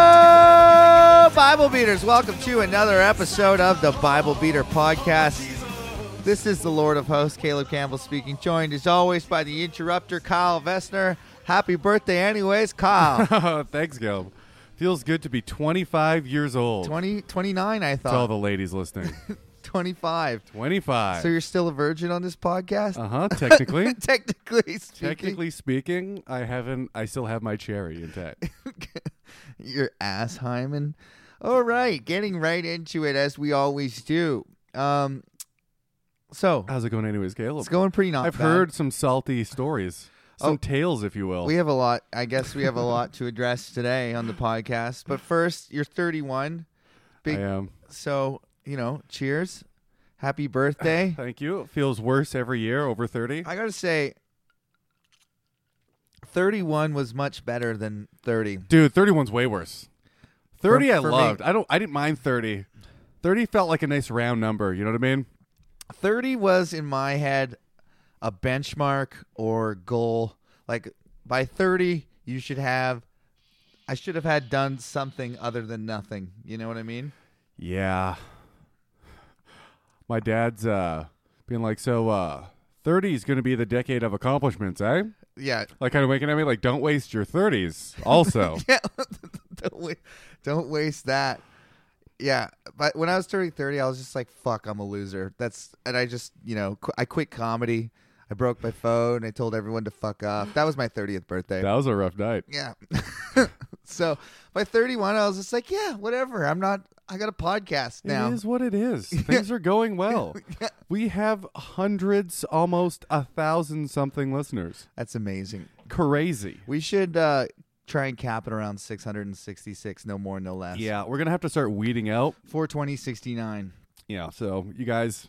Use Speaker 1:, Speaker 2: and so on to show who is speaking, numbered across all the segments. Speaker 1: Hello, Bible Beaters. Welcome to another episode of the Bible Beater Podcast. This is the Lord of Hosts, Caleb Campbell speaking, joined as always by the interrupter, Kyle Vessner. Happy birthday, anyways, Kyle.
Speaker 2: Oh, thanks, Caleb. Feels good to be 25 years old.
Speaker 1: 20, 29, I
Speaker 2: To all
Speaker 1: thought.
Speaker 2: the ladies listening,
Speaker 1: 25.
Speaker 2: 25.
Speaker 1: So you're still a virgin on this podcast?
Speaker 2: uh huh. Technically,
Speaker 1: Technically speaking,
Speaker 2: technically speaking, I haven't. I still have my cherry intact.
Speaker 1: your ass hymen. All right, getting right into it as we always do. Um, so
Speaker 2: How's it going, anyways, Caleb?
Speaker 1: it's going pretty not
Speaker 2: I've
Speaker 1: bad.
Speaker 2: heard some salty stories, some
Speaker 1: Oh.
Speaker 2: tales, if you will.
Speaker 1: We have a lot. I guess we have a lot to address today on the podcast. But first, you're 31.
Speaker 2: I
Speaker 1: Big,
Speaker 2: am.
Speaker 1: so you know, cheers, happy birthday.
Speaker 2: Thank you. It feels worse every year. Over 30.
Speaker 1: I gotta say, 31 was much better than 30.
Speaker 2: Dude, 31's way worse. 30 I
Speaker 1: for me-
Speaker 2: loved. I don't. I didn't mind 30. 30 felt like a nice round number. You know what I mean?
Speaker 1: 30 was in my head a benchmark or goal. Like by 30, you should have. I should have had done something other than nothing. You know what I mean?
Speaker 2: Yeah. My dad's uh being like, so uh thirties gonna be the decade of accomplishments, eh?
Speaker 1: Yeah.
Speaker 2: Like kinda winking at me like, don't waste your thirties also.
Speaker 1: yeah, don't, wa- don't waste that. Yeah, but when I was turning 30, I was just like, fuck, I'm a loser. That's, and I just, you know, qu- I quit comedy. I broke my phone. I told everyone to fuck off. That was my 30th birthday.
Speaker 2: that was a rough night.
Speaker 1: Yeah. so by 31, I was just like, yeah, whatever. I'm not, I got a podcast now.
Speaker 2: It is what it is. Things are going well. We have hundreds, almost a thousand something listeners.
Speaker 1: That's amazing.
Speaker 2: Crazy.
Speaker 1: We should uh, try and cap it around 666, no more, no less.
Speaker 2: Yeah, we're gonna have to start weeding out.
Speaker 1: 420, 69.
Speaker 2: Yeah. So you guys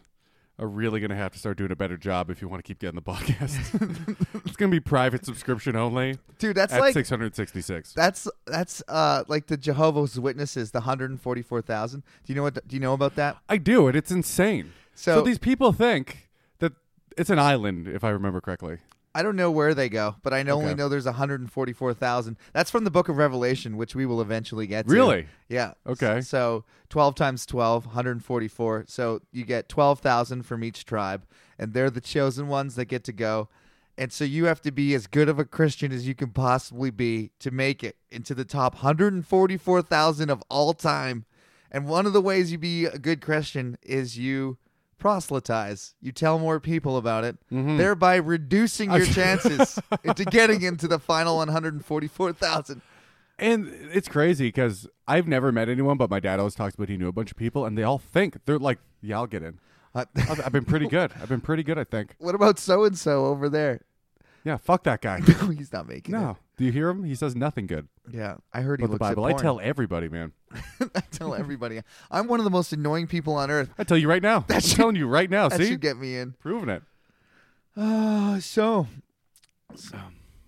Speaker 2: are really gonna have to start doing a better job if you want to keep getting the podcast. it's gonna be private subscription only.
Speaker 1: Dude, that's
Speaker 2: at
Speaker 1: like
Speaker 2: 666.
Speaker 1: That's that's uh like the Jehovah's Witnesses, the hundred and forty four thousand. Do you know what? Do you know about that?
Speaker 2: I do, and it's insane. So,
Speaker 1: So-
Speaker 2: these people think that it's an island, if I remember correctly.
Speaker 1: I don't know where they go, but I know- only
Speaker 2: Okay.
Speaker 1: know there's hundred and forty four thousand. That's from the Book of Revelation, which we will eventually get. to.
Speaker 2: Really?
Speaker 1: Yeah.
Speaker 2: Okay.
Speaker 1: S- So twelve times 12, 144. So you get twelve thousand from each tribe, and they're the chosen ones that get to go. And so you have to be as good of a Christian as you can possibly be to make it into the top 144,000 of all time. And one of the ways you be a good Christian is you proselytize. You tell more people about it, thereby reducing your chances into getting into the final 144,000.
Speaker 2: And it's crazy because I've never met anyone, but my dad always talks about he knew a bunch of people, and they all think they're like, "Yeah, I'll get in.
Speaker 1: Uh,
Speaker 2: I've, I've been pretty good. I've been pretty good, I think.
Speaker 1: what about so and so over there?
Speaker 2: Yeah, fuck that guy.
Speaker 1: No, he's not making
Speaker 2: No, do you hear him? He says nothing good
Speaker 1: it. Yeah, I heard he
Speaker 2: about the
Speaker 1: looks
Speaker 2: Bible. I
Speaker 1: at porn.
Speaker 2: tell everybody, man.
Speaker 1: I tell everybody. I'm one of the most annoying people on earth.
Speaker 2: I tell you right now. I'm
Speaker 1: should-
Speaker 2: telling you right now.
Speaker 1: That
Speaker 2: See,
Speaker 1: should get me in.
Speaker 2: proving it.
Speaker 1: Uh, so, so,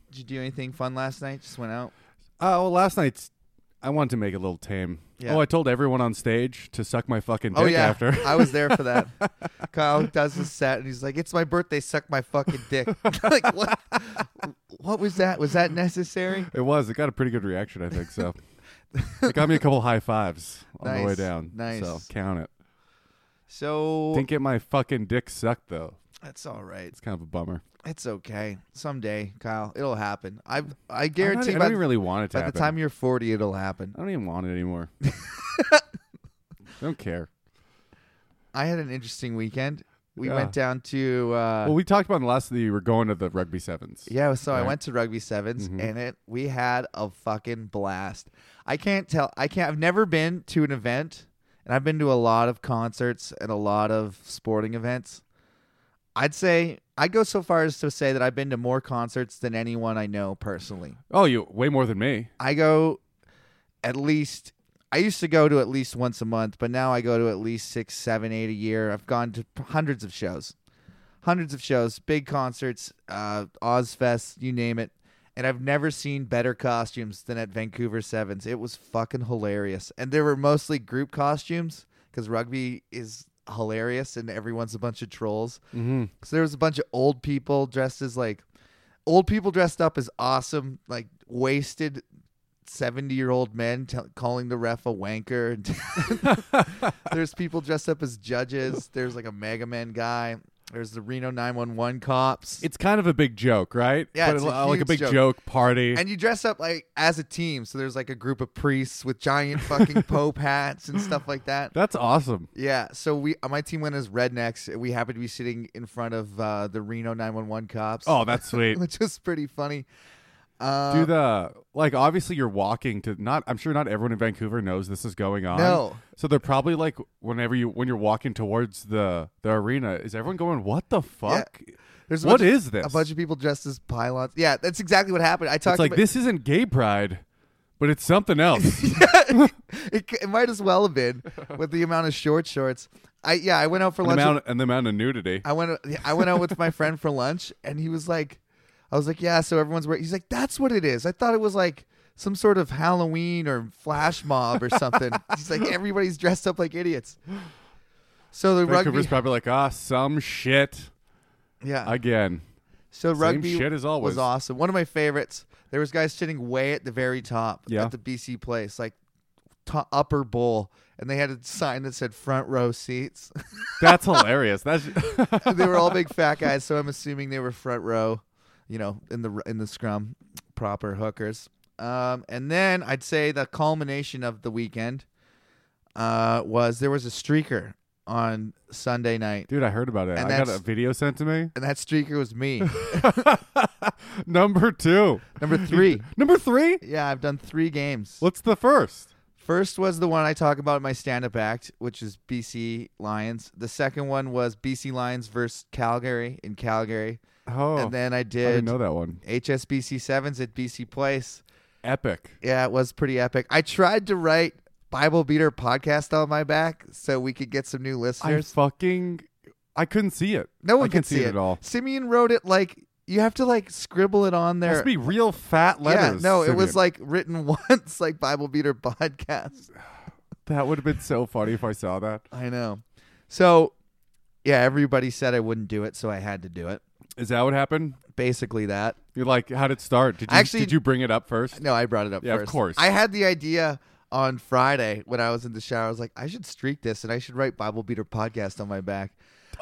Speaker 1: did you do anything fun last night? Just went out.
Speaker 2: Oh, well, last night's. I wanted to make it a little tame.
Speaker 1: Yeah.
Speaker 2: Oh, I told everyone on stage to suck my fucking dick
Speaker 1: oh yeah,
Speaker 2: after.
Speaker 1: I was there for that. Kyle does his set and he's like, "It's my birthday. Suck my fucking dick." like what? What was that? Was that necessary?
Speaker 2: It was. It got a pretty good reaction, I think. So it got me a couple high fives on the way
Speaker 1: Nice,
Speaker 2: down.
Speaker 1: nice.
Speaker 2: So count it.
Speaker 1: So
Speaker 2: Didn't get my fucking dick sucked though.
Speaker 1: that's all right.
Speaker 2: It's kind of a bummer.
Speaker 1: It's okay. Someday, Kyle, it'll happen. I I
Speaker 2: I'm not-
Speaker 1: guarantee.
Speaker 2: I
Speaker 1: by
Speaker 2: don't even really want it to
Speaker 1: by the
Speaker 2: happen.
Speaker 1: time you're 40, it'll happen.
Speaker 2: I don't even want it anymore. don't care.
Speaker 1: I had an interesting weekend. We
Speaker 2: Yeah.
Speaker 1: went down to uh,
Speaker 2: Well, we talked about in the last that you were going to the rugby sevens.
Speaker 1: yeah. So I
Speaker 2: Right.
Speaker 1: went to rugby 7s
Speaker 2: Mhm.
Speaker 1: and it we had a fucking blast. I can't tell. I can't. I've never been to an event, and I've been to a lot of concerts and a lot of sporting events. I'd say I'd go so far as to say that I've been to more concerts than anyone I know personally.
Speaker 2: Oh, you way more than me.
Speaker 1: I go at least. I used to go to at least once a month, but now I go to at least six, seven, eight a year. I've gone to p- hundreds of shows, hundreds of shows, big concerts, uh, Ozfest, you name it. And I've never seen better costumes than at Vancouver Sevens. It was fucking hilarious, and there were mostly group costumes because rugby is hilarious, and everyone's a bunch of trolls.
Speaker 2: Mm-hmm.
Speaker 1: So there was a bunch of old people dressed as like old people dressed up as awesome, like wasted 70 year old men t- calling the ref a wanker. There's people dressed up as judges. There's like a Mega Man guy. There's the Reno 911 cops.
Speaker 2: It's kind of a big joke, right?
Speaker 1: Yeah,
Speaker 2: But
Speaker 1: it's a
Speaker 2: li- like a
Speaker 1: huge
Speaker 2: big
Speaker 1: joke.
Speaker 2: joke, party.
Speaker 1: and you dress up like as a team. So there's like a group of priests with giant fucking pope hats and stuff like that.
Speaker 2: That's awesome.
Speaker 1: Yeah, so we uh, my team went as rednecks. and We happened to be sitting in front of uh, the Reno 911 cops.
Speaker 2: Oh, that's sweet.
Speaker 1: which was pretty funny. Uh,
Speaker 2: Do the like obviously you're walking to not I'm sure not everyone in Vancouver knows this is going on.
Speaker 1: No.
Speaker 2: So they're probably like whenever you when you're walking towards the the arena, is everyone going, What the fuck?
Speaker 1: There's a
Speaker 2: what
Speaker 1: bunch of-
Speaker 2: is this?
Speaker 1: A bunch of people dressed as pylons. Yeah, that's exactly what happened. I talked
Speaker 2: it's like
Speaker 1: about,
Speaker 2: this isn't gay pride, but it's something else.
Speaker 1: It, c- it might as well have been with the amount of short shorts. I yeah, I went out for
Speaker 2: and, the
Speaker 1: lunch. with-
Speaker 2: amount, and the amount of nudity.
Speaker 1: I went I went out with my friend for lunch, and he was like, I was like, yeah. So everyone's wearing. He's like, that's what it is. I thought it was like some sort of Halloween or flash mob or something. he's like, everybody's dressed up like idiots. So the
Speaker 2: Vancouver's
Speaker 1: rugby,
Speaker 2: probably like, ah, some shit
Speaker 1: yeah.
Speaker 2: again.
Speaker 1: So rugby
Speaker 2: shit as always.
Speaker 1: was awesome. One of my favorites. There was guys sitting way at the very top
Speaker 2: Yeah.
Speaker 1: at the BC place, like to upper bowl, and they had a sign that said front row seats.
Speaker 2: That's hilarious. That's
Speaker 1: they were all big fat guys, so I'm assuming they were front row, you know, in the in the scrum, proper hookers. Um, and then I'd say the culmination of the weekend uh, was there was a streaker on Sunday night,
Speaker 2: dude. I heard about it.
Speaker 1: And
Speaker 2: I got
Speaker 1: that's-
Speaker 2: a video sent to me.
Speaker 1: and that streaker was me,
Speaker 2: Number two.
Speaker 1: number three.
Speaker 2: Number three.
Speaker 1: Yeah, I've done three games.
Speaker 2: What's the first?
Speaker 1: First was the one I talk about in my stand-up act, which is BC Lions. The second one was BC Lions versus Calgary in Calgary,
Speaker 2: Oh,
Speaker 1: and then I
Speaker 2: I didn't
Speaker 1: did
Speaker 2: know that one.
Speaker 1: HSBC sevens at BC Place.
Speaker 2: Epic.
Speaker 1: Yeah, it was pretty epic. I tried to write Bible Beater podcast on my back so we could get some new
Speaker 2: I
Speaker 1: listeners.
Speaker 2: fucking. I couldn't see it.
Speaker 1: no one
Speaker 2: I
Speaker 1: could
Speaker 2: couldn't see it at all.
Speaker 1: Simeon wrote it like you have to like scribble it on
Speaker 2: It
Speaker 1: there.
Speaker 2: must be real fat letters.
Speaker 1: yeah, no, it
Speaker 2: Simeon.
Speaker 1: was like written once, like Bible Beater podcast.
Speaker 2: that would have been so funny if I saw that.
Speaker 1: I know. So, yeah, everybody said I wouldn't do it, so I had to do it.
Speaker 2: Is that what happened?
Speaker 1: Basically, that.
Speaker 2: You're like, how did it start? Did you
Speaker 1: Actually-
Speaker 2: did you bring it up first?
Speaker 1: No, I brought it up
Speaker 2: Yeah, of
Speaker 1: first.
Speaker 2: course.
Speaker 1: I had the idea on Friday when I was in the shower. I was like, I should streak this and I should write Bible Beater podcast on my back.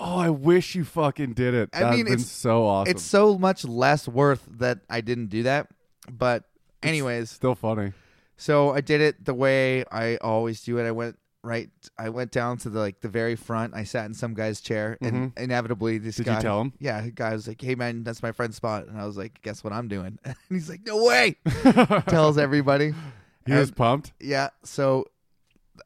Speaker 2: Oh, I wish you fucking did it.
Speaker 1: I
Speaker 2: That'd
Speaker 1: mean,
Speaker 2: been
Speaker 1: it's-
Speaker 2: so awesome.
Speaker 1: It's so much less worth that I didn't do that. But, anyways,
Speaker 2: still funny.
Speaker 1: So I did it the way I always do it. I went right. I went down to the like the very front. I sat in some guy's chair, and inevitably this
Speaker 2: Mm-hmm. Did you
Speaker 1: guy.
Speaker 2: tell him?
Speaker 1: Yeah, the guy was like, "Hey man, that's my friend's spot," and I was like, "Guess what I'm doing?" And he's like, "No way!" Tells everybody.
Speaker 2: He
Speaker 1: And-
Speaker 2: was pumped.
Speaker 1: yeah. So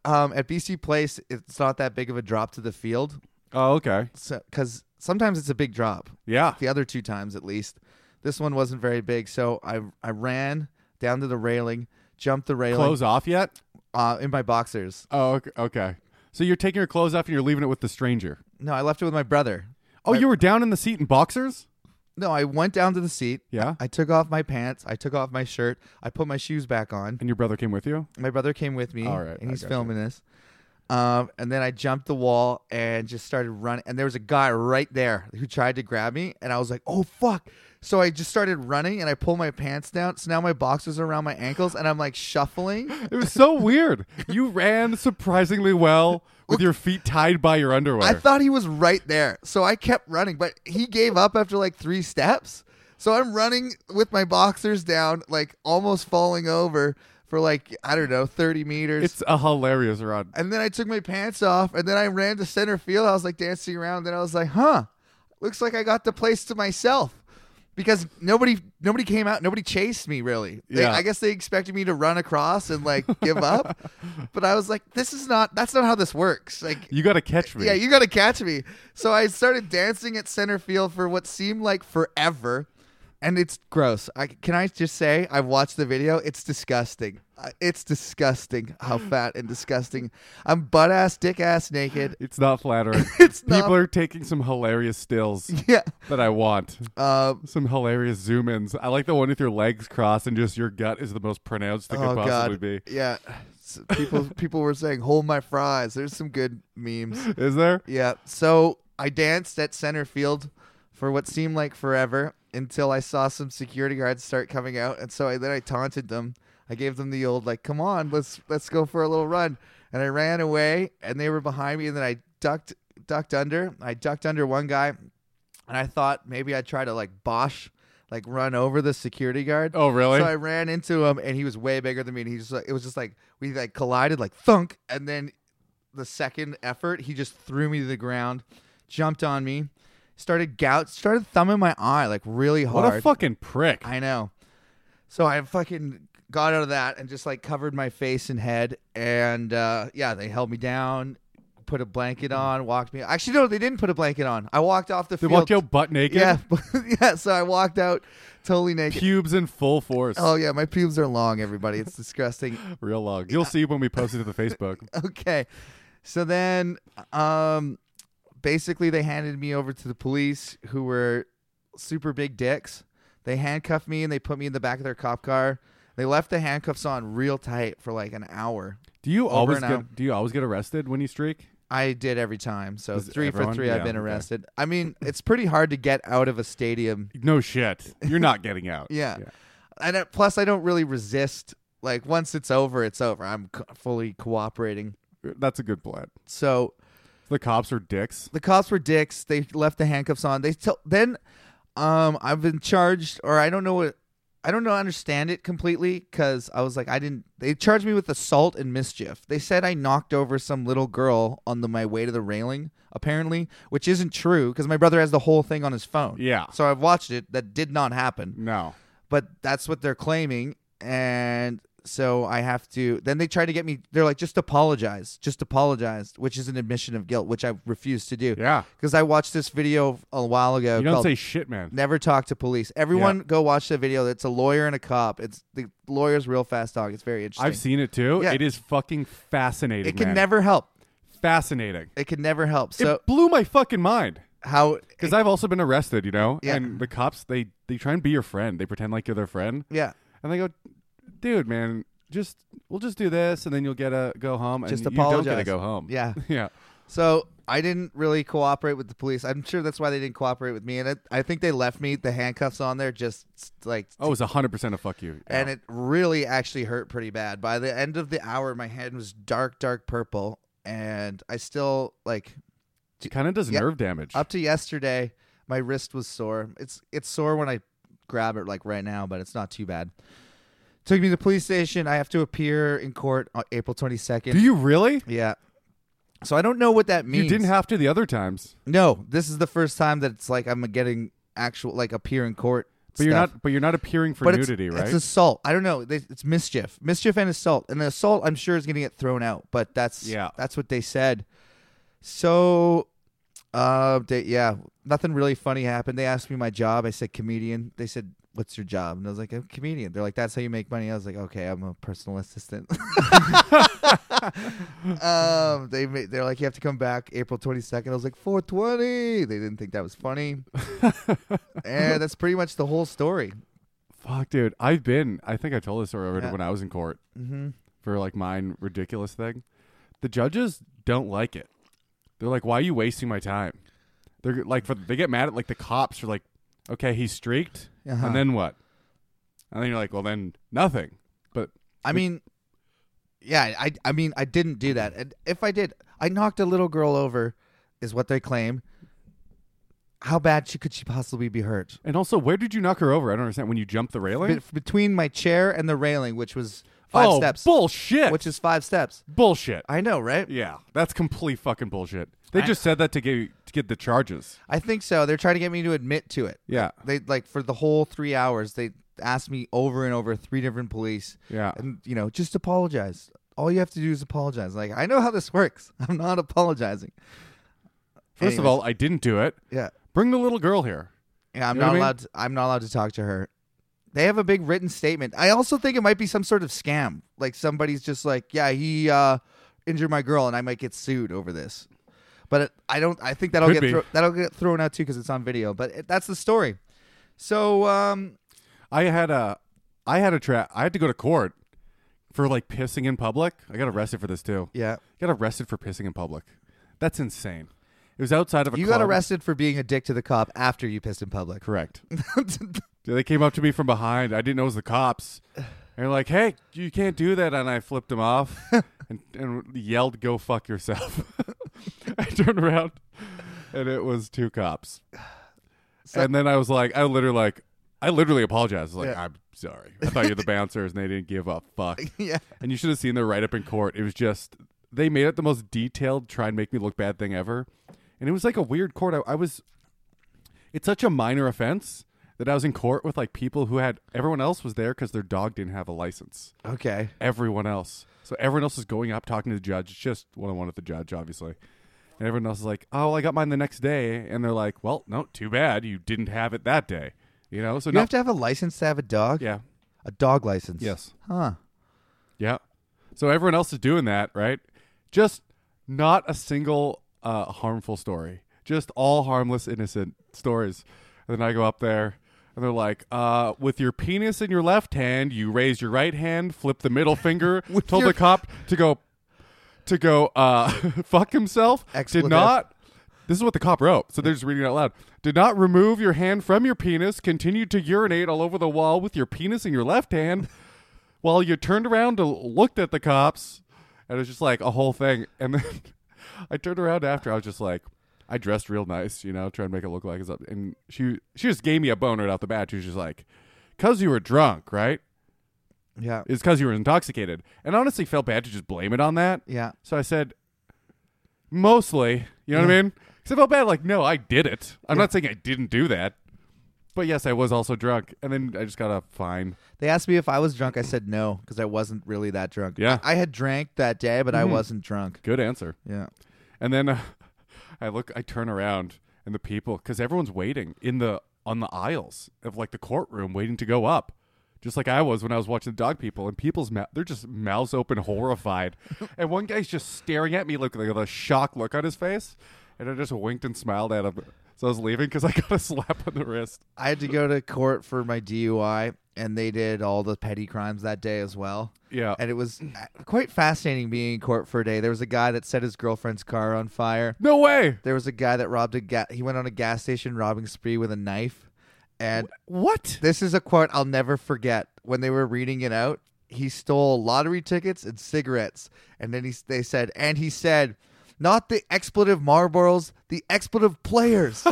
Speaker 1: um, at BC Place, it's not that big of a drop to the field,
Speaker 2: Oh, okay.
Speaker 1: so because sometimes it's a big drop
Speaker 2: Yeah.
Speaker 1: the other two times at least. This one wasn't very big, so I I ran down to the railing, jumped the railing
Speaker 2: Clothes off yet?
Speaker 1: uh, in my boxers.
Speaker 2: Oh, okay. okay. So you're taking your clothes off and you're leaving it with the stranger.
Speaker 1: No, I left it with my brother.
Speaker 2: Oh,
Speaker 1: My-
Speaker 2: you were down in the seat in boxers?
Speaker 1: No, I went down to the seat.
Speaker 2: Yeah.
Speaker 1: I took off my pants. I took off my shirt. I put my shoes back on.
Speaker 2: And your brother came with you?
Speaker 1: My brother came with me,
Speaker 2: All right,
Speaker 1: and
Speaker 2: I
Speaker 1: he's
Speaker 2: gotcha.
Speaker 1: filming this. Um, and then I jumped the wall and just started running. And there was a guy right there who tried to grab me, and I was like, "Oh fuck!" So I just started running, and I pulled my pants down. So now my boxers are around my ankles, and I'm like shuffling.
Speaker 2: It was so weird. You ran surprisingly well with your feet tied by your underwear.
Speaker 1: I thought he was right there, so I kept running, but he gave up after like three steps. So I'm running with my boxers down, like almost falling over for like I don't know, thirty meters.
Speaker 2: it's a hilarious run.
Speaker 1: and then I took my pants off, and then I ran to center field. I was like dancing around, and then I was like, "Huh, looks like I got the place to myself." Because nobody, nobody came out. Nobody chased me. Really, They-
Speaker 2: Yeah.
Speaker 1: I guess they expected me to run across and like give up. But I was like, "This is not. That's not how this works." Like,
Speaker 2: You got to catch me.
Speaker 1: yeah, you got to catch me. So I started dancing at center field for what seemed like forever. And it's gross. I, can I just say, I've watched the video. It's disgusting. Uh, It's disgusting how fat and disgusting. I'm butt ass, dick ass naked.
Speaker 2: it's not flattering.
Speaker 1: It's
Speaker 2: People
Speaker 1: not.
Speaker 2: are taking some hilarious stills
Speaker 1: Yeah.
Speaker 2: that I want.
Speaker 1: Um,
Speaker 2: Some hilarious zoom ins. I like the one with your legs crossed and just your gut is the most pronounced it
Speaker 1: oh
Speaker 2: could possibly
Speaker 1: god.
Speaker 2: be.
Speaker 1: Yeah. S- people people were saying, "Hold my fries." There's some good memes.
Speaker 2: Is there?
Speaker 1: Yeah. So I danced at center field for what seemed like forever until I saw some security guards start coming out, and so I, then I taunted them. I gave them the old like, "Come on, let's let's go for a little run." And I ran away, and they were behind me, and then I ducked ducked under. I ducked under one guy, and I thought maybe I'd try to like Bosch, like run over the security guard.
Speaker 2: Oh, really?
Speaker 1: So I ran into him, and he was way bigger than me, and he just like, it was just like we like collided, like thunk, and then the second effort, he just threw me to the ground, jumped on me, started gout, started thumbing my eye like really hard.
Speaker 2: What a fucking prick.
Speaker 1: I know. So I fucking got out of that and just like covered my face and head. And uh, yeah, they held me down, put a blanket on, walked me. Actually, no, they didn't put a blanket on. I walked off the
Speaker 2: they
Speaker 1: field.
Speaker 2: walked you out butt naked.
Speaker 1: yeah, yeah. So I walked out totally naked.
Speaker 2: Pubes in full force.
Speaker 1: oh yeah, my pubes are long. Everybody, it's disgusting.
Speaker 2: Real long. You'll see when we post it to the Facebook.
Speaker 1: okay. So then, um, basically, they handed me over to the police, who were super big dicks. They handcuffed me and they put me in the back of their cop car. They left the handcuffs on real tight for like an hour.
Speaker 2: Do you always
Speaker 1: and
Speaker 2: get,
Speaker 1: out.
Speaker 2: do you always get arrested when you streak?
Speaker 1: I did every time. So
Speaker 2: Is
Speaker 1: three
Speaker 2: everyone?
Speaker 1: for three,
Speaker 2: Yeah,
Speaker 1: I've been
Speaker 2: okay.
Speaker 1: arrested. I mean, it's pretty hard to get out of a stadium.
Speaker 2: No shit. You're not getting out.
Speaker 1: Yeah.
Speaker 2: Yeah.
Speaker 1: And uh, plus, I don't really resist. Like, once it's over, it's over. I'm co- fully cooperating.
Speaker 2: That's a good plan.
Speaker 1: So
Speaker 2: The cops are dicks.
Speaker 1: the cops were dicks. They left the handcuffs on. They tell then um I've been charged or I don't know what I don't know understand it completely cuz I was like I didn't they charged me with assault and mischief. They said I knocked over some little girl on the my way to the railing apparently, which isn't true cuz my brother has the whole thing on his phone.
Speaker 2: Yeah.
Speaker 1: So I've watched it that did not happen
Speaker 2: No.
Speaker 1: but that's what they're claiming and so i have to then they try to get me they're like just apologize just apologize which is an admission of guilt which i refuse to do
Speaker 2: Yeah.
Speaker 1: because i watched this video a while ago
Speaker 2: You don't
Speaker 1: called
Speaker 2: say shit, man.
Speaker 1: never talk to police everyone go watch the video it's a lawyer and a cop it's the lawyer's real fast dog it's very interesting
Speaker 2: I've seen it too.
Speaker 1: Yeah.
Speaker 2: It is fucking fascinating.
Speaker 1: it can
Speaker 2: man.
Speaker 1: never help
Speaker 2: fascinating.
Speaker 1: it can never help so
Speaker 2: it blew my fucking mind.
Speaker 1: how
Speaker 2: Because I've also been arrested, you know?
Speaker 1: Yeah.
Speaker 2: And the cops they they try and be your friend. They pretend like you're their friend.
Speaker 1: yeah
Speaker 2: And they go, dude, man, just we'll just do this and then you'll get a go home and
Speaker 1: Just
Speaker 2: you don't get to
Speaker 1: apologize.
Speaker 2: go home.
Speaker 1: yeah
Speaker 2: Yeah.
Speaker 1: So I didn't really cooperate with the police. I'm sure that's why they didn't cooperate with me. And it, I think they left me the handcuffs on there, just like,
Speaker 2: Oh, it's hundred percent a fuck you. Yeah.
Speaker 1: and it really actually hurt pretty bad. By the end of the hour, my head was dark, dark purple, and I still like
Speaker 2: kind of does
Speaker 1: yeah.
Speaker 2: nerve damage.
Speaker 1: up to yesterday, my wrist was sore. It's it's sore when I grab it like right now, but it's not too bad. Took me to the police station. I have to appear in court on April 22nd.
Speaker 2: do you really?
Speaker 1: yeah. So I don't know what that means.
Speaker 2: You didn't have to the other times.
Speaker 1: No, this is the first time that it's like I'm getting actual like appear in court.
Speaker 2: But you're
Speaker 1: stuff.
Speaker 2: not but you're not appearing for
Speaker 1: But it's-
Speaker 2: nudity,
Speaker 1: it's,
Speaker 2: right?
Speaker 1: assault. I don't know. They- It's mischief, mischief and assault. And the assault, I'm sure, is going to get thrown out. But that's
Speaker 2: Yeah.
Speaker 1: that's what they said. So, uh, they, yeah, nothing really funny happened. They asked me my job. I said comedian. They said. What's your job? And I was like, I'm a comedian. They're like, that's how you make money. I was like, okay, I'm a personal assistant. um, they ma- they're like, you have to come back April 22nd. I was like, 420. They didn't think that was funny, and that's pretty much the whole story.
Speaker 2: Fuck, dude. I've been. I think I told this story already
Speaker 1: Yeah.
Speaker 2: when I was in court
Speaker 1: Mm-hmm.
Speaker 2: for like mine ridiculous thing. The judges don't like it. They're like, "Why are you wasting my time?" They're like, for, they get mad at like the cops for like, "Okay, he streaked,
Speaker 1: Uh-huh.
Speaker 2: and then what?" And then you're like, "Well, then nothing." But
Speaker 1: I mean, yeah, I I mean, I didn't do that, and if I did, I knocked a little girl over, is what they claim. How bad she could she possibly be hurt?
Speaker 2: and also, where did you knock her over? I don't understand. When you jumped the railing?
Speaker 1: Be- between my chair and the railing, which was five
Speaker 2: oh,
Speaker 1: steps,
Speaker 2: bullshit!
Speaker 1: which is five steps.
Speaker 2: bullshit.
Speaker 1: I know, right?
Speaker 2: yeah, that's complete fucking bullshit. They
Speaker 1: I-
Speaker 2: just said that to get to get the charges.
Speaker 1: I think so. They're trying to get me to admit to it.
Speaker 2: Yeah,
Speaker 1: They like for the whole three hours, they asked me over and over three different police,
Speaker 2: yeah.
Speaker 1: and you know, just apologize. All you have to do is apologize. Like I know how this works. I'm not apologizing.
Speaker 2: First of
Speaker 1: Anyways.
Speaker 2: all, I didn't do it.
Speaker 1: Yeah.
Speaker 2: Bring the little girl here.
Speaker 1: Yeah, I'm
Speaker 2: You know
Speaker 1: not
Speaker 2: what I mean?
Speaker 1: allowed. To, I'm not allowed to talk to her. They have a big written statement. I also think it might be some sort of scam. Like somebody's just like, yeah, he uh, injured my girl, and I might get sued over this. But it, I don't. I think that'll
Speaker 2: Could be.
Speaker 1: get thro- that'll get thrown out too because it's on video. But it, that's the story. So um,
Speaker 2: I had a I had a trap. I had to go to court for like pissing in public. I got arrested for this too.
Speaker 1: yeah,
Speaker 2: Got arrested for pissing in public. That's insane. It was outside of a
Speaker 1: you
Speaker 2: club.
Speaker 1: got arrested for being a dick to the cop after you pissed in public.
Speaker 2: Correct. They came up to me from behind. I didn't know it was the cops. And like, hey, you can't do that. And I flipped him off and, and yelled, go fuck yourself. I turned around and it was two cops.
Speaker 1: So-
Speaker 2: and then I was like, I literally like, I literally apologized. I was like,
Speaker 1: Yeah.
Speaker 2: I'm sorry. I thought you're the bouncers and they didn't give a fuck.
Speaker 1: yeah.
Speaker 2: And you should have seen their write up in court. It was just they made it the most detailed try and make me look bad thing ever. And it was like a weird court. I, I was it's such a minor offense that I was in court with like people who had everyone else was there because their dog didn't have a license.
Speaker 1: Okay.
Speaker 2: Everyone else. So everyone else is going up talking to the judge. It's just one on one with the judge, obviously. And everyone else is like, Oh, well, I got mine the next day and they're like, Well, no, too bad. You didn't have it that day. You know? So
Speaker 1: You
Speaker 2: no
Speaker 1: have to have a license to have a dog.
Speaker 2: Yeah.
Speaker 1: A dog license.
Speaker 2: Yes.
Speaker 1: Huh.
Speaker 2: Yeah. So everyone else is doing that, right? Just not a single uh, harmful story. Just all harmless, innocent stories. And then I go up there and they're like, uh, with your penis in your left hand, you raise your right hand, flip the middle finger,
Speaker 1: With
Speaker 2: told
Speaker 1: your-
Speaker 2: the cop to go to go uh, fuck himself.
Speaker 1: Expletive.
Speaker 2: Did not this is what the cop wrote, so they're just reading it out loud. Did not remove your hand from your penis, continued to urinate all over the wall with your penis in your left hand while you turned around to looked at the cops. And it was just like a whole thing. And then I turned around after, I was just like, I dressed real nice, you know, trying to make it look like it's up. And she she just gave me a boner right off the bat. She was just like, Cause you were drunk, right?
Speaker 1: Yeah.
Speaker 2: It's cause you were intoxicated. And I honestly felt bad to just blame it on that.
Speaker 1: Yeah.
Speaker 2: So I said, mostly. You know what I mean? Because I felt bad. Like, no, I did it. I'm not saying I didn't do that. But yes, I was also drunk. And then I just got a fine.
Speaker 1: They asked me if I was drunk. I said no because I wasn't really that drunk.
Speaker 2: Yeah.
Speaker 1: I had drank that day, but I wasn't drunk.
Speaker 2: Good answer.
Speaker 1: Yeah.
Speaker 2: And then uh, I look, I turn around, and the people, because everyone's waiting in the on the aisles of like the courtroom, waiting to go up, just like I was when I was watching the dog people. And people's mouth, they're just mouths open, horrified. and one guy's just staring at me, like with a shocked look on his face. And I just winked and smiled at him. So I was leaving because I got a slap on the wrist.
Speaker 1: I had to go to court for my DUI, and they did all the petty crimes that day as well.
Speaker 2: Yeah.
Speaker 1: And it was uh, quite fascinating being in court for a day. There was a guy that set his girlfriend's car on fire.
Speaker 2: no way.
Speaker 1: There was a guy that robbed a ga- he went on a gas station robbing spree with a knife. And
Speaker 2: What?
Speaker 1: this is a quote I'll never forget. When they were reading it out, he stole lottery tickets and cigarettes, and then he they said, and he said, not the expletive Marlboros, the expletive players.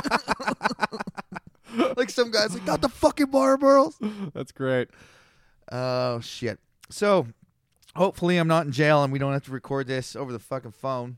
Speaker 1: like some guys, like not the fucking Marlboros.
Speaker 2: That's great.
Speaker 1: Oh shit. So hopefully I'm not in jail and we don't have to record this over the fucking phone.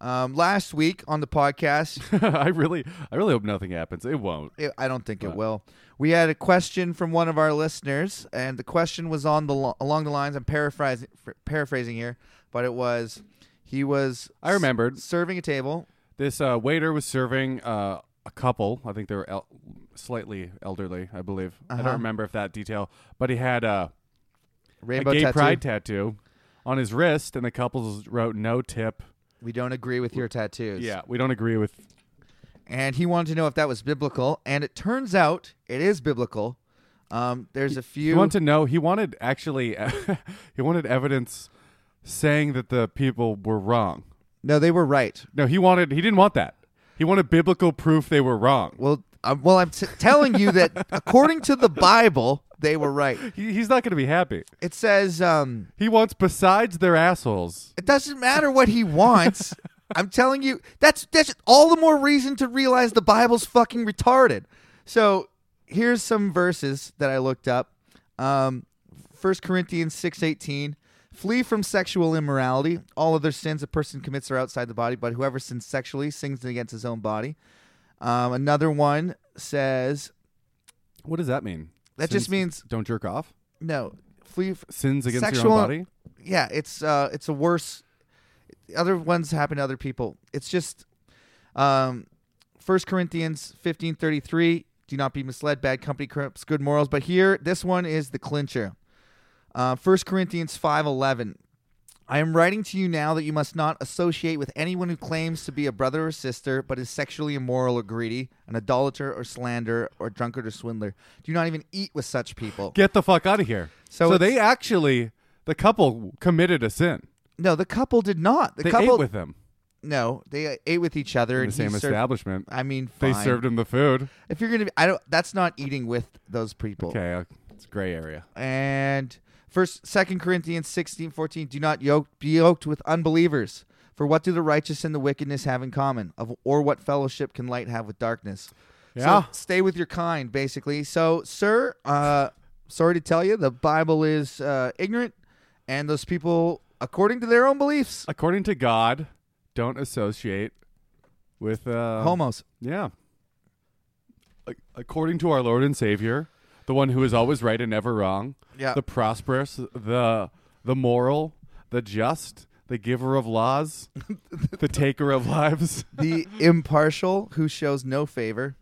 Speaker 1: Um, last week on the podcast,
Speaker 2: I really, I really hope nothing happens. It won't.
Speaker 1: it, I don't think it
Speaker 2: Right.
Speaker 1: will. We had a question from one of our listeners, and the question was on the lo- along the lines. I'm paraphrasing f- paraphrasing here, but it was he was
Speaker 2: I remembered.
Speaker 1: s- serving a table.
Speaker 2: This uh, waiter was serving uh, a couple. I think they were el- slightly elderly, I believe. I
Speaker 1: Uh-huh.
Speaker 2: don't remember if that detail, but he had uh, a
Speaker 1: Rainbow
Speaker 2: gay
Speaker 1: tattoo.
Speaker 2: pride tattoo on his wrist, and the couples wrote "no tip."
Speaker 1: We don't agree with your tattoos.
Speaker 2: Yeah, we don't agree with.
Speaker 1: and he wanted to know if that was biblical, and it turns out it is biblical. Um, there's a
Speaker 2: He
Speaker 1: few.
Speaker 2: wanted to know. He wanted actually, he wanted evidence saying that the people were wrong.
Speaker 1: no, they were right.
Speaker 2: No, he wanted. He didn't want that. He wanted biblical proof they were wrong.
Speaker 1: Well, um, well, I'm t- telling you that according to the Bible, they were right.
Speaker 2: He, he's not going to be happy.
Speaker 1: It says. Um,
Speaker 2: He wants besides their assholes.
Speaker 1: It doesn't matter what he wants. I'm telling you, that's that's all the more reason to realize the Bible's fucking retarded. So here's some verses that I looked up. Um, 1 Corinthians six eighteen. Flee from sexual immorality. All other sins a person commits are outside the body, but whoever sins sexually sins against his own body. Um, another one says
Speaker 2: What does that mean?
Speaker 1: That just means-
Speaker 2: don't jerk off.
Speaker 1: no. Flee f-
Speaker 2: Sins against
Speaker 1: Sexual-
Speaker 2: your own body.
Speaker 1: yeah, it's uh, it's a worse. Other ones happen to other people. It's just, um, First Corinthians fifteen thirty three. Do not be misled. Bad company corrupts good morals. But here, this one is the clincher. Uh, 1 Corinthians five eleven. I am writing to you now that you must not associate with anyone who claims to be a brother or sister, but is sexually immoral or greedy, an idolater or slanderer or drunkard or swindler. Do not even eat with such people.
Speaker 2: Get the fuck out of here.
Speaker 1: So
Speaker 2: So,
Speaker 1: it's-
Speaker 2: they actually, the couple committed a sin.
Speaker 1: No, the couple did not. The
Speaker 2: they
Speaker 1: couple
Speaker 2: ate with him
Speaker 1: No, they ate with each other.
Speaker 2: in
Speaker 1: and
Speaker 2: the
Speaker 1: he
Speaker 2: same
Speaker 1: served-
Speaker 2: establishment.
Speaker 1: I mean,
Speaker 2: They
Speaker 1: fine.
Speaker 2: served him the food.
Speaker 1: If you're gonna, be, I don't. That's not eating with those people.
Speaker 2: Okay, uh, It's gray area.
Speaker 1: and first second corinthians 16 14 do not yoke, be yoked with unbelievers for what do the righteous and the wickedness have in common of, or what fellowship can light have with darkness
Speaker 2: Yeah.
Speaker 1: so stay with your kind basically so sir uh, sorry to tell you the bible is uh, ignorant and those people according to their own beliefs
Speaker 2: According to God, don't associate with uh,
Speaker 1: homos
Speaker 2: Yeah. A- According to our Lord and Savior, the one who is always right and never wrong,
Speaker 1: Yeah.
Speaker 2: the prosperous, the the moral, the just, the giver of laws, the taker of lives.
Speaker 1: the impartial who shows no favor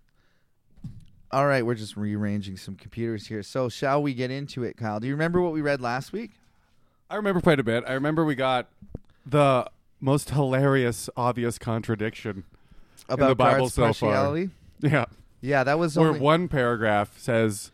Speaker 1: all right we're just rearranging some computers here so shall we get into it kyle do you remember what we read last week
Speaker 2: I remember quite a bit. I remember we got the most hilarious obvious contradiction.
Speaker 1: about
Speaker 2: the Bible
Speaker 1: God's
Speaker 2: so far.
Speaker 1: partiality.
Speaker 2: Yeah.
Speaker 1: Yeah, that was
Speaker 2: Where
Speaker 1: only,
Speaker 2: one paragraph says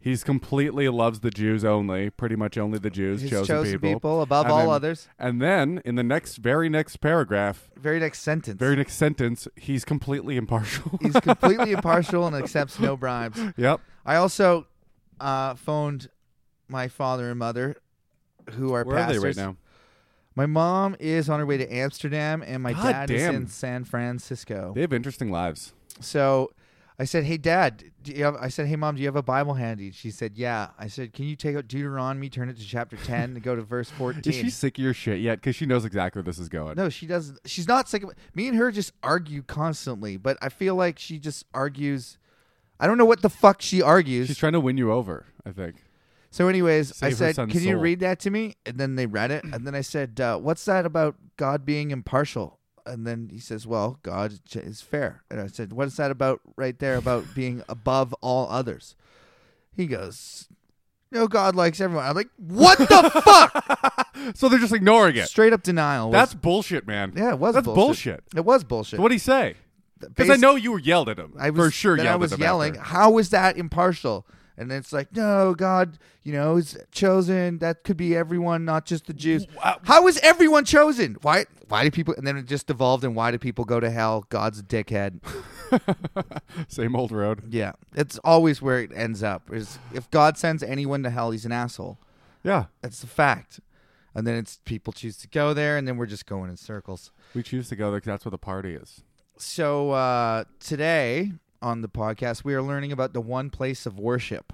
Speaker 2: he's completely loves the Jews only, pretty much only the Jews,
Speaker 1: his
Speaker 2: chosen, people.
Speaker 1: above
Speaker 2: And
Speaker 1: all
Speaker 2: then-
Speaker 1: others.
Speaker 2: And then in the next very next paragraph,
Speaker 1: Very next sentence.
Speaker 2: very next sentence, he's completely impartial.
Speaker 1: He's completely impartial and accepts no bribes.
Speaker 2: yep.
Speaker 1: I also uh, phoned my father and mother, who are
Speaker 2: Where
Speaker 1: pastors.
Speaker 2: are they right now?
Speaker 1: My mom is on her way to Amsterdam, and my
Speaker 2: God
Speaker 1: dad
Speaker 2: damn.
Speaker 1: is in San Francisco.
Speaker 2: They have interesting lives.
Speaker 1: So I said, "Hey, Dad, do you have?" I said, "Hey, Mom, do you have a Bible handy?" She said, "Yeah." I said, "Can you take out Deuteronomy, turn it to chapter ten, and go to verse 14?
Speaker 2: Is she sick of your shit yet? Because she knows exactly where this is going.
Speaker 1: No, she doesn't. She's not sick of me and her just argue constantly, but I feel like she just argues. I don't know what the fuck she argues.
Speaker 2: She's trying to win you over, I think.
Speaker 1: so, anyways, I
Speaker 2: Save her
Speaker 1: said, "Can
Speaker 2: son's
Speaker 1: you
Speaker 2: soul."
Speaker 1: read that to me?" And then they read it, and then I said, uh, "What's that about God being impartial?" And then he says, "Well, God j- is fair." And I said, "What is that about right there about being above all others?" He goes, "No, God likes everyone." I'm like, "What the fuck?"
Speaker 2: So they're just ignoring it.
Speaker 1: Straight up denial. was-
Speaker 2: That's bullshit, man.
Speaker 1: yeah, it was
Speaker 2: That's
Speaker 1: bullshit. It was bullshit.
Speaker 2: What would he say? Because I know you were yelled at him.
Speaker 1: I was,
Speaker 2: for sure
Speaker 1: Then
Speaker 2: yelled
Speaker 1: I was
Speaker 2: at him
Speaker 1: yelling,
Speaker 2: after.
Speaker 1: "How is that impartial?" And it's like, no, God, you know, is chosen. That could be everyone, not just the Jews.
Speaker 2: Wow.
Speaker 1: How is everyone chosen? Why? Why do people? And then it just devolved. And why do people go to hell? God's a dickhead.
Speaker 2: Same old road.
Speaker 1: yeah, it's always where it ends up. Is if God sends anyone to hell, he's an asshole.
Speaker 2: Yeah.
Speaker 1: That's the fact. And then it's people choose to go there, and then we're just going in circles.
Speaker 2: We choose to go there because that's where the party is.
Speaker 1: So uh, today on the podcast, we are learning about the one place of worship.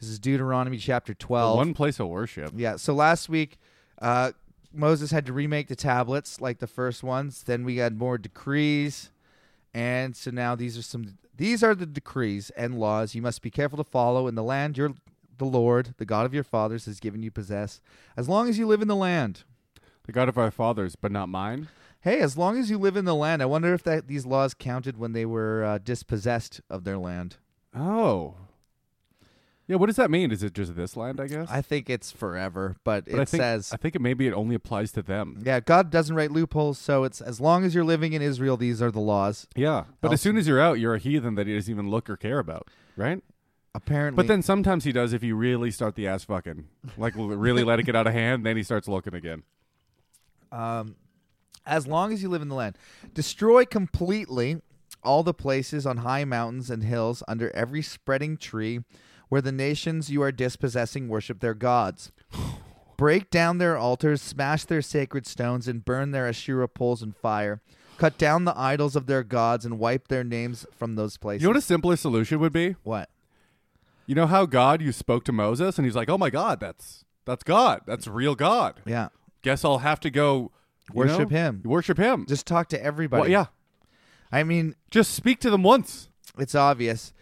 Speaker 1: This is Deuteronomy chapter
Speaker 2: The
Speaker 1: 12.
Speaker 2: one place of worship.
Speaker 1: Yeah. So last week, uh, Moses had to remake the tablets like the first ones. Then we had more decrees, and so now these are some. These are the decrees and laws you must be careful to follow in the land your the Lord, the God of your fathers, has given you possess. As long as you live in the land.
Speaker 2: The God of our fathers, but not mine.
Speaker 1: Hey, as long as you live in the land, I wonder if that these laws counted when they were uh, dispossessed of their land.
Speaker 2: Oh. Yeah, what does that mean? Is it just this land, I guess?
Speaker 1: I think it's forever, but,
Speaker 2: but
Speaker 1: it
Speaker 2: I think,
Speaker 1: says, Mm-hmm.
Speaker 2: I think it maybe it only applies to them.
Speaker 1: yeah, God doesn't write loopholes, so it's as long as you're living in Israel, these are the laws.
Speaker 2: Yeah. But
Speaker 1: Else-
Speaker 2: as soon as you're out, you're a heathen that he doesn't even look or care about, right?
Speaker 1: Apparently,
Speaker 2: But then sometimes he does if you really start the ass fucking. Like l- really let it get out of hand, then he starts looking again.
Speaker 1: um, as long as you live in the land, destroy completely all the places on high mountains and hills under every spreading tree where the nations you are dispossessing worship their gods. Break down their altars, smash their sacred stones, and burn their Asherah poles in fire. Cut down the idols of their gods and wipe their names from those places.
Speaker 2: You know what a simpler solution would be?
Speaker 1: what?
Speaker 2: You know how God you spoke to Moses and he's like, Oh my god, that's that's God. That's real God.
Speaker 1: Yeah.
Speaker 2: Guess I'll have to go you
Speaker 1: Worship
Speaker 2: know,
Speaker 1: him.
Speaker 2: Worship him.
Speaker 1: Just talk to everybody.
Speaker 2: well, yeah.
Speaker 1: I mean,
Speaker 2: Just speak to them once.
Speaker 1: it's obvious.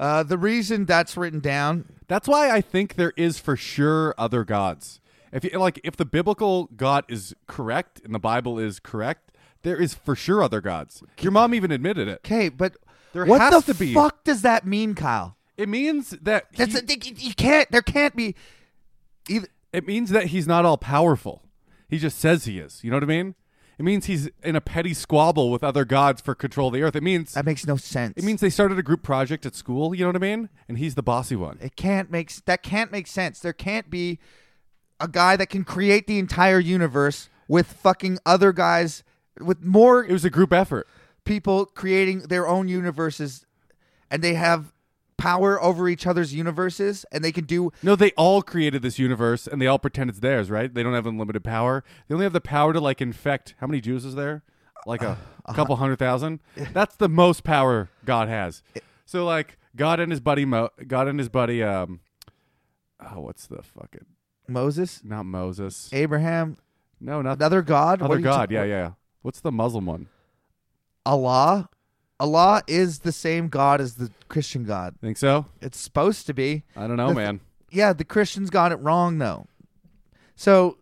Speaker 1: Uh, the reason that's written down,
Speaker 2: That's why I think there is for sure other gods. If you, like if the biblical God is correct and the Bible is correct, there is for sure other gods. Your mom even admitted it.
Speaker 1: okay, but
Speaker 2: There
Speaker 1: what
Speaker 2: has
Speaker 1: the
Speaker 2: to be.
Speaker 1: fuck does that mean, Kyle?
Speaker 2: It means that
Speaker 1: That's
Speaker 2: he-
Speaker 1: a, you- you can't. There can't be. Either,
Speaker 2: it means that he's not all powerful. He just says he is. You know what I mean? It means he's in a petty squabble with other gods for control of the earth. It means
Speaker 1: that makes no sense.
Speaker 2: it means they started a group project at school, you know what I mean? And he's the bossy one.
Speaker 1: it can't make s- that can't make sense. There can't be a guy that can create the entire universe with fucking other guys with more
Speaker 2: It was a group effort.
Speaker 1: people creating their own universes, and they have power over each other's universes and they can do
Speaker 2: No, they all created this universe and they all pretend it's theirs, right? They don't have unlimited power. They only have the power to like infect. How many Jews is there? Like a,
Speaker 1: Uh-huh.
Speaker 2: a couple hundred thousand. That's the most power God has. So like God and his buddy Mo, God and his buddy um oh what's the fucking
Speaker 1: Moses,
Speaker 2: not Moses.
Speaker 1: Abraham,
Speaker 2: No, not
Speaker 1: another god, What
Speaker 2: other
Speaker 1: are you
Speaker 2: God.
Speaker 1: ta-
Speaker 2: Yeah, yeah. What's the Muslim one?
Speaker 1: Allah. Allah is the same god as the Christian god.
Speaker 2: Think so?
Speaker 1: It's supposed to be.
Speaker 2: I don't know,
Speaker 1: The th-
Speaker 2: man.
Speaker 1: Yeah, the Christians got it wrong though. So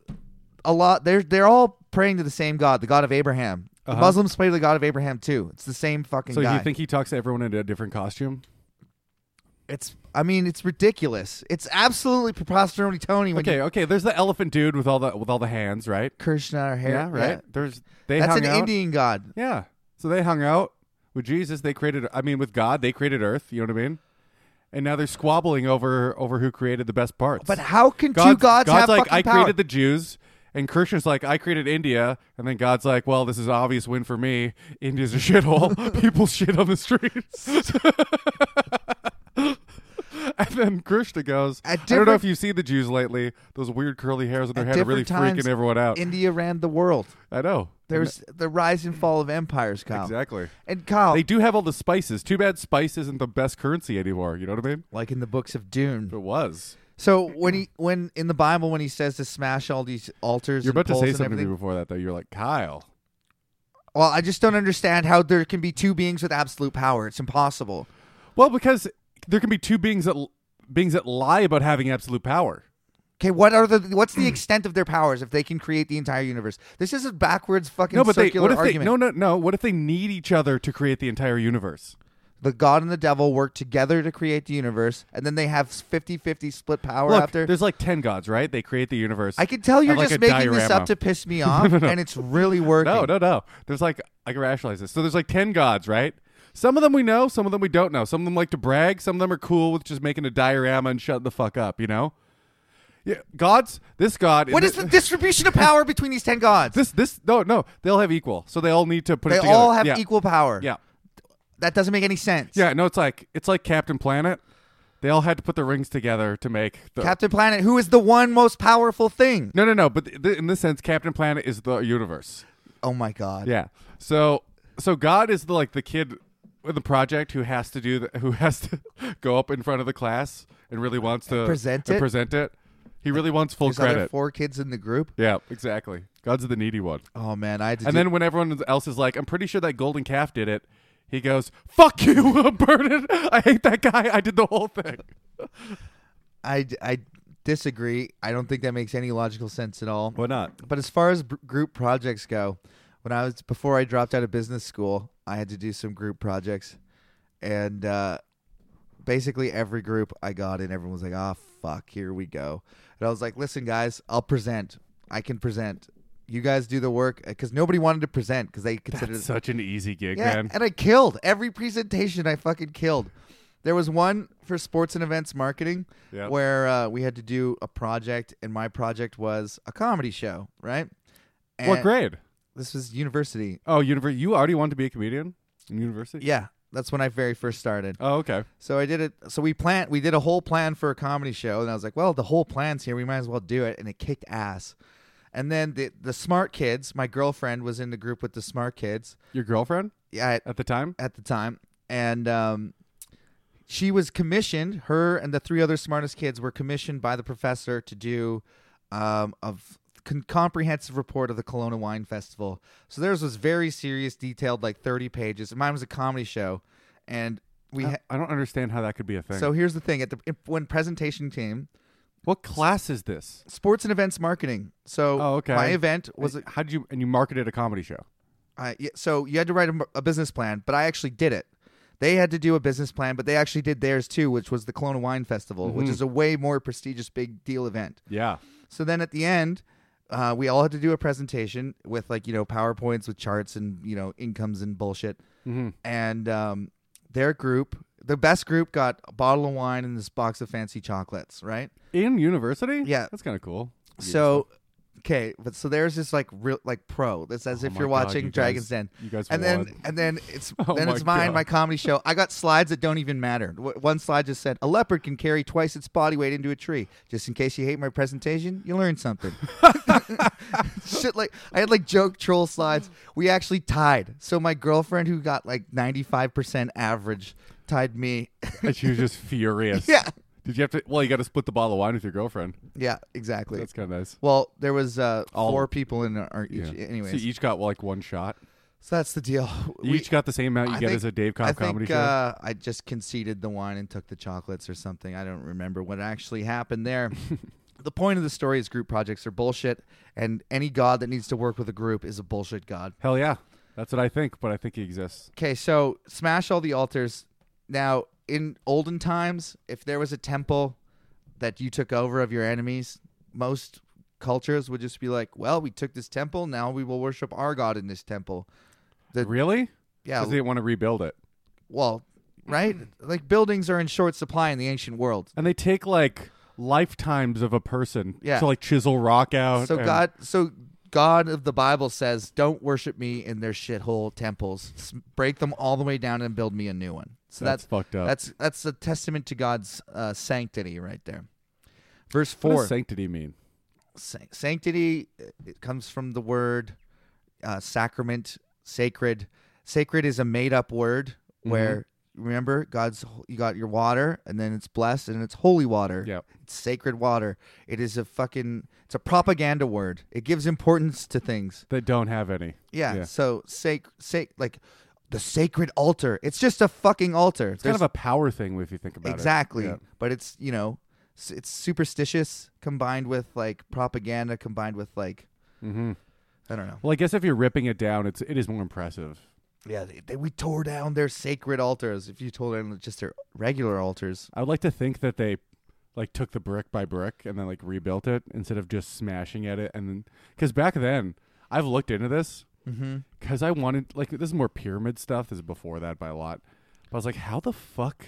Speaker 1: Allah they're they're all praying to the same god, the god of Abraham. The
Speaker 2: Uh-huh.
Speaker 1: Muslims pray to the god of Abraham too. It's the same fucking
Speaker 2: So
Speaker 1: guy.
Speaker 2: you think he talks to everyone in a different costume?
Speaker 1: it's I mean, it's ridiculous. It's absolutely preposterous Tony when
Speaker 2: Okay,
Speaker 1: you
Speaker 2: okay. There's the elephant dude with all the with all the hands, right?
Speaker 1: Krishna or Har-
Speaker 2: Yeah, right. There's they
Speaker 1: That's
Speaker 2: hung
Speaker 1: an
Speaker 2: out.
Speaker 1: Indian god.
Speaker 2: Yeah. So they hung out with Jesus. They created. I mean, with God, they created Earth. You know what I mean? And now they're squabbling over over who created the best parts.
Speaker 1: But how can two
Speaker 2: God's,
Speaker 1: gods,
Speaker 2: God's
Speaker 1: have
Speaker 2: like,
Speaker 1: fucking
Speaker 2: I
Speaker 1: power?
Speaker 2: created the Jews, and Krishna's like, I created India, and then God's like, well, this is obvious win for me. India's a shithole. People shit on the streets. and then Krishna goes,
Speaker 1: At
Speaker 2: I don't know
Speaker 1: different-
Speaker 2: if you've seen the Jews lately. Those weird curly hairs on their
Speaker 1: At
Speaker 2: head are really
Speaker 1: different times
Speaker 2: freaking everyone out.
Speaker 1: India ran the world.
Speaker 2: I know.
Speaker 1: There's the rise and fall of empires, Kyle.
Speaker 2: exactly.
Speaker 1: And Kyle,
Speaker 2: They do have all the spices. Too bad spice isn't the best currency anymore. You know what I mean?
Speaker 1: like in the books of Dune.
Speaker 2: It was.
Speaker 1: So when he when in the Bible when he says to smash all these altars,
Speaker 2: You're
Speaker 1: and
Speaker 2: about to
Speaker 1: poles
Speaker 2: say
Speaker 1: and
Speaker 2: something to me
Speaker 1: everything.
Speaker 2: before that, though. You're like, Kyle.
Speaker 1: Well, I just don't understand how there can be two beings with absolute power. It's impossible.
Speaker 2: Well, because there can be two beings that beings that lie about having absolute power.
Speaker 1: Okay, what are the what's the extent of their powers if they can create the entire universe? This is a backwards fucking
Speaker 2: No, but they.
Speaker 1: circular
Speaker 2: What if
Speaker 1: argument.
Speaker 2: they? No, no, no. What if they need each other to create the entire universe?
Speaker 1: The god and the devil work together to create the universe, and then they have 50-50 split power
Speaker 2: Look,
Speaker 1: after.
Speaker 2: there's like ten gods, right? They create the universe.
Speaker 1: I can tell you're
Speaker 2: Have, like,
Speaker 1: just
Speaker 2: a
Speaker 1: making this
Speaker 2: diorama.
Speaker 1: up to piss me off, and it's really working.
Speaker 2: No, no, no. There's like I can rationalize this. So there's like ten gods, right? Some of them we know, some of them we don't know. Some of them like to brag, some of them are cool with just making a diorama and shut the fuck up, you know? Yeah, gods. This god.
Speaker 1: What
Speaker 2: thi-
Speaker 1: is the distribution of power between these ten gods?
Speaker 2: this? This no, no. They'll have equal, so they all need to put
Speaker 1: They
Speaker 2: it together.
Speaker 1: all have
Speaker 2: yeah.
Speaker 1: equal power.
Speaker 2: Yeah,
Speaker 1: That doesn't make any sense.
Speaker 2: yeah. No, it's like it's like Captain Planet. They all had to put their rings together to make the.
Speaker 1: Captain Planet, who is the one most powerful thing?
Speaker 2: no, no, no. But th- in this sense, Captain Planet is the universe.
Speaker 1: Oh my god.
Speaker 2: Yeah. So so God is the like the kid in the project who has to do the, who has to go up in front of the class and really wants to
Speaker 1: present
Speaker 2: and
Speaker 1: it?
Speaker 2: Present it. He really wants full
Speaker 1: There's other
Speaker 2: credit.
Speaker 1: four kids in the group.
Speaker 2: Yeah, exactly. God's the needy one.
Speaker 1: Oh man, I had to
Speaker 2: And
Speaker 1: do-
Speaker 2: then when everyone else is like, "I'm pretty sure that golden calf did it," he goes, "Fuck you, I'm burning. I hate that guy. I did the whole thing."
Speaker 1: I I disagree. I don't think that makes any logical sense at all.
Speaker 2: Why not?
Speaker 1: But as far as br- group projects go, when I was before I dropped out of business school, I had to do some group projects, and uh, basically every group I got in, everyone was like, "Ah, fuck, here we go," and I was like, "Listen, guys, I'll present. I can present. You guys do the work because nobody wanted to present because they considered
Speaker 2: That's such an easy gig,
Speaker 1: yeah,
Speaker 2: man.
Speaker 1: and I killed every presentation. I fucking killed. There was one for sports and events marketing
Speaker 2: Yep.
Speaker 1: where uh, we had to do a project, and my project was a comedy show. Right? And
Speaker 2: What grade?
Speaker 1: This was university.
Speaker 2: Oh, university. You already wanted to be a comedian in university?
Speaker 1: Yeah, that's when I very first started.
Speaker 2: Oh, okay.
Speaker 1: So I did it. So we plan. We did a whole plan for a comedy show, and I was like, "Well, the whole plan's here. We might as well do it." And it kicked ass. And then the the smart kids. My girlfriend was in the group with the smart kids.
Speaker 2: Your girlfriend
Speaker 1: Yeah, I-
Speaker 2: at the time?
Speaker 1: at the time, and um, she was commissioned. Her and the three other smartest kids were commissioned by the professor to do um, a f- con- comprehensive report of the Kelowna Wine Festival. So theirs was very serious, detailed, like thirty pages. And Mine was a comedy show, and we.
Speaker 2: I,
Speaker 1: Ha-
Speaker 2: I don't understand how that could be a thing.
Speaker 1: so here's the thing: at the when presentation came,
Speaker 2: what class is this?
Speaker 1: sports and events marketing. So
Speaker 2: Oh, okay.
Speaker 1: my event was a-
Speaker 2: how did you and you marketed a comedy show?
Speaker 1: I yeah, so you had to write a, m- a business plan, but I actually did it. They had to do a business plan, but they actually did theirs too, which was the Kelowna Wine Festival, which is a way more prestigious big deal event.
Speaker 2: Yeah.
Speaker 1: So then at the end, uh, we all had to do a presentation with like you know powerpoints with charts and you know incomes and bullshit. And um, their group, the best group, got a bottle of wine and this box of fancy chocolates, right?
Speaker 2: In university?
Speaker 1: Yeah.
Speaker 2: That's kind of cool.
Speaker 1: So okay, but so there's this like real like pro. That's as
Speaker 2: Oh
Speaker 1: if
Speaker 2: my
Speaker 1: you're
Speaker 2: God,
Speaker 1: watching
Speaker 2: you guys-
Speaker 1: Dragon's Den.
Speaker 2: you guys
Speaker 1: and then
Speaker 2: won.
Speaker 1: and then it's
Speaker 2: Oh
Speaker 1: then
Speaker 2: my
Speaker 1: it's mine,
Speaker 2: God.
Speaker 1: my comedy show. I got slides that don't even matter. W- one slide just said a leopard can carry twice its body weight into a tree. Just in case you hate my presentation, you learn something. Shit, like I had like joke troll slides. We actually tied. So my girlfriend, who got like ninety five percent average, tied me.
Speaker 2: And she was just furious.
Speaker 1: Yeah.
Speaker 2: Did you have to? Well, you got to split the bottle of wine with your girlfriend.
Speaker 1: yeah, exactly.
Speaker 2: That's kind of nice.
Speaker 1: Well, there was uh,
Speaker 2: All-
Speaker 1: four people in our each.
Speaker 2: Yeah.
Speaker 1: Anyways,
Speaker 2: so you each got like one shot.
Speaker 1: so that's the deal.
Speaker 2: You each got the same amount you
Speaker 1: I
Speaker 2: get
Speaker 1: think-
Speaker 2: as a Dave Cobb
Speaker 1: I think
Speaker 2: comedy show.
Speaker 1: uh, I just conceded the wine and took the chocolates or something. I don't remember what actually happened there. the point of the story is group projects are bullshit, and any god that needs to work with a group is a bullshit god.
Speaker 2: Hell yeah, that's what I think. But I think he exists.
Speaker 1: Okay, so smash all the altars. Now, in olden times, if there was a temple that you took over of your enemies, most cultures would just be like, "Well, we took this temple. Now we will worship our god in this temple." The-
Speaker 2: Really?
Speaker 1: Yeah,
Speaker 2: Because they want to rebuild it,
Speaker 1: well, right? Like buildings are in short supply in the ancient world.
Speaker 2: and they take like lifetimes of a person
Speaker 1: Yeah.
Speaker 2: to like chisel rock out.
Speaker 1: So
Speaker 2: Oh, and-
Speaker 1: God, so God of the Bible says, "Don't worship me in their shithole temples. S- Break them all the way down and build me a new one." So
Speaker 2: That's
Speaker 1: that's
Speaker 2: fucked up.
Speaker 1: That's that's a testament to God's uh, sanctity right there. Verse
Speaker 2: what
Speaker 1: four:
Speaker 2: does sanctity mean?
Speaker 1: San- sanctity uh, it comes from the word uh, sacrament, sacred. Sacred is a made-up word
Speaker 2: Mm-hmm.
Speaker 1: where remember God's ho- you got your water and then it's blessed and it's holy water.
Speaker 2: Yep.
Speaker 1: It's sacred water. It is a fucking it's a propaganda word. It gives importance to things.
Speaker 2: They don't have any.
Speaker 1: Yeah.
Speaker 2: Yeah.
Speaker 1: So sac sac like the sacred altar. It's just a fucking altar.
Speaker 2: It's kind of a power thing if you think about
Speaker 1: exactly.
Speaker 2: it.
Speaker 1: But it's you know s- it's superstitious combined with like propaganda combined with like
Speaker 2: Mm-hmm.
Speaker 1: I don't know.
Speaker 2: Well, I guess if you're ripping it down, it's it is more impressive.
Speaker 1: Yeah, they, they, we tore down their sacred altars. If you told them just their regular altars,
Speaker 2: I would like to think that they like took the brick by brick and then like rebuilt it instead of just smashing at it and then because back then I've looked into this
Speaker 1: mm-hmm.
Speaker 2: because I wanted like this is more pyramid stuff. This is before that by a lot. But I was like, how the fuck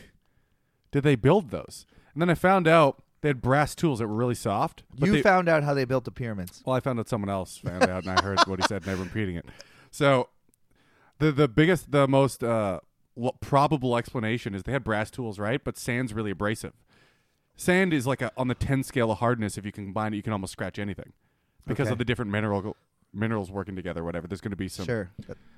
Speaker 2: did they build those? And then I found out they had brass tools that were really soft. But
Speaker 1: you
Speaker 2: they,
Speaker 1: found out how they built the pyramids.
Speaker 2: Well, I found out someone else found out, and I heard what he said, and I'm repeating it. So, the the biggest, the most uh, lo- probable explanation is they had brass tools, right? But sand's really abrasive. Sand is like a, on the ten scale of hardness. If you combine it, you can almost scratch anything because of
Speaker 1: Okay.
Speaker 2: the different mineral minerals working together. Whatever, there's going to be some.
Speaker 1: Sure.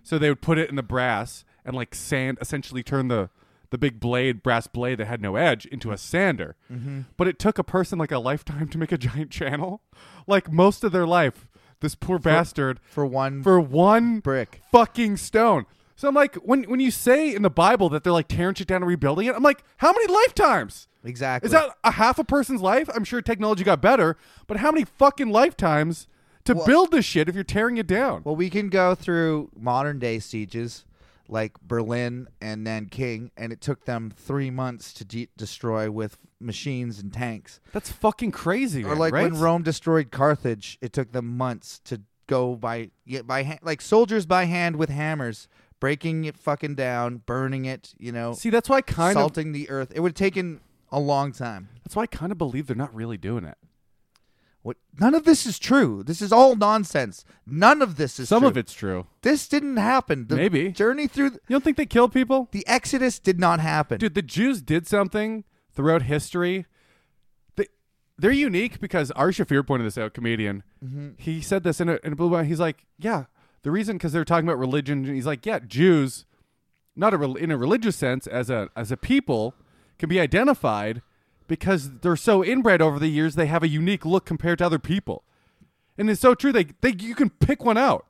Speaker 2: So they would put it in the brass and like sand, essentially turn the the big blade, brass blade that had no edge, into a sander.
Speaker 1: Mm-hmm.
Speaker 2: But it took a person like a lifetime to make a giant channel. Like most of their life, this poor bastard
Speaker 1: For one
Speaker 2: for one
Speaker 1: brick.
Speaker 2: fucking stone. So I'm like, when when you say in the Bible that they're like tearing shit down and rebuilding it, I'm like, how many lifetimes?
Speaker 1: Exactly.
Speaker 2: Is that a half a person's life? I'm sure technology got better, but how many fucking lifetimes to
Speaker 1: Well-
Speaker 2: build this shit if you're tearing it down?
Speaker 1: Well, we can go through modern day sieges like Berlin and Nanking, and it took them three months to de- destroy with machines and tanks.
Speaker 2: That's fucking crazy.
Speaker 1: Or
Speaker 2: man,
Speaker 1: like
Speaker 2: right?
Speaker 1: when Rome destroyed Carthage, it took them months to go by yeah, by hand, like soldiers by hand with hammers, breaking it fucking down, burning it. You know,
Speaker 2: See, that's why I kind of
Speaker 1: salting the earth. It would have taken a long time.
Speaker 2: that's why I kind of believe they're not really doing it.
Speaker 1: What? None of this is true. This is all nonsense. None of this is
Speaker 2: Some
Speaker 1: true.
Speaker 2: of it's true.
Speaker 1: This didn't happen. The
Speaker 2: Maybe.
Speaker 1: journey through th-
Speaker 2: You don't think they killed people?
Speaker 1: the Exodus did not happen.
Speaker 2: Dude, the Jews did something throughout history. They, they're unique because Ari Shafir pointed this out, comedian. He said this in a, in a blue mind. He's like, yeah, the reason because they're talking about religion. And he's like, yeah, Jews, not a, rel- in a religious sense, as a as a people, can be identified because they're so inbred over the years. They have a unique look compared to other people, and it's so true. They they you can pick one out.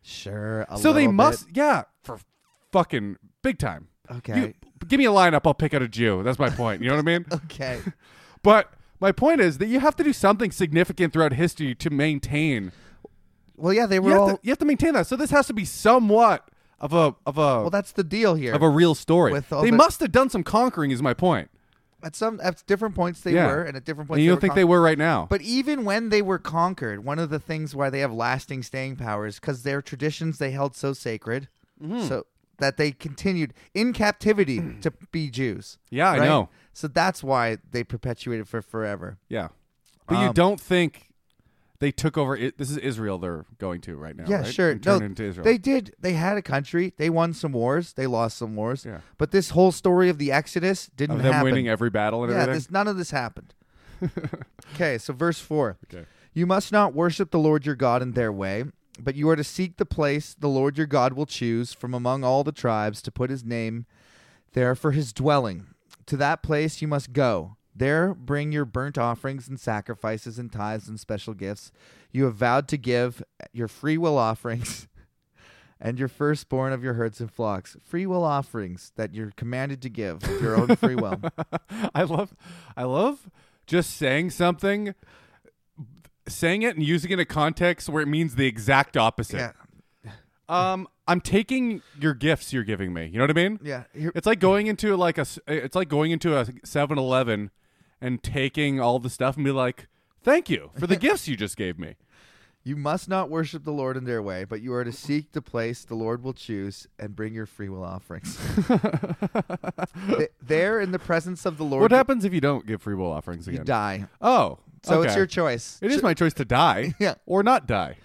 Speaker 1: Sure. a
Speaker 2: So they
Speaker 1: little bit.
Speaker 2: must, yeah, for fucking big time.
Speaker 1: Okay.
Speaker 2: You- give me a lineup, I'll pick out a Jew. That's my point. You know what I mean?
Speaker 1: Okay.
Speaker 2: But my point is that you have to do something significant throughout history to maintain.
Speaker 1: Well, yeah, they
Speaker 2: You
Speaker 1: were
Speaker 2: have,
Speaker 1: all.
Speaker 2: to, you have to maintain that. So this has to be somewhat of a of a
Speaker 1: well, that's the deal here.
Speaker 2: of a real story.
Speaker 1: With all
Speaker 2: They
Speaker 1: the-
Speaker 2: must have done some conquering. Is my point.
Speaker 1: at some at different points they
Speaker 2: Yeah.
Speaker 1: were, and at different points
Speaker 2: And you
Speaker 1: they
Speaker 2: don't
Speaker 1: were
Speaker 2: think they were right now?
Speaker 1: But even when they were conquered, one of the things why they have lasting staying power is because their traditions they held so sacred,
Speaker 2: Mm-hmm.
Speaker 1: so that they continued in captivity to be Jews.
Speaker 2: Yeah, I know.
Speaker 1: So that's why they perpetuated for forever.
Speaker 2: yeah. But you
Speaker 1: Um,
Speaker 2: don't think They took over. I- This is Israel. They're going to right now.
Speaker 1: Yeah,
Speaker 2: right?
Speaker 1: sure.
Speaker 2: And Turn
Speaker 1: no,
Speaker 2: it into Israel.
Speaker 1: They did. They had a country. They won some wars. They lost some wars.
Speaker 2: Yeah.
Speaker 1: But this whole story of the Exodus didn't
Speaker 2: of them
Speaker 1: happen.
Speaker 2: winning every battle and
Speaker 1: yeah,
Speaker 2: everything.
Speaker 1: this, none of this happened. okay, so verse four.
Speaker 2: Okay.
Speaker 1: You must not worship the Lord your God in their way, but you are to seek the place the Lord your God will choose from among all the tribes to put his name there for his dwelling. To that place you must go. There bring your burnt offerings and sacrifices and tithes and special gifts. You have vowed to give your free will offerings and your firstborn of your herds and flocks. Free will offerings that you're commanded to give of your own free will.
Speaker 2: I love, I love just saying something, saying it and using it in a context where it means the exact opposite.
Speaker 1: yeah.
Speaker 2: Um, I'm taking your gifts you're giving me. You know what I mean?
Speaker 1: Yeah. Here-
Speaker 2: It's like going into like a, s- it's like going into a 7-Eleven and taking all the stuff and be like, thank you for the gifts you just gave me.
Speaker 1: You must not worship the Lord in their way, but you are to seek the place the Lord will choose and bring your free will offerings. Th- there, in the presence of the Lord,
Speaker 2: What happens if you don't give free will offerings
Speaker 1: you
Speaker 2: again?
Speaker 1: die.
Speaker 2: Oh,
Speaker 1: So it's
Speaker 2: okay.
Speaker 1: your choice.
Speaker 2: It is
Speaker 1: Ch-
Speaker 2: my choice to die
Speaker 1: Yeah.
Speaker 2: or not die.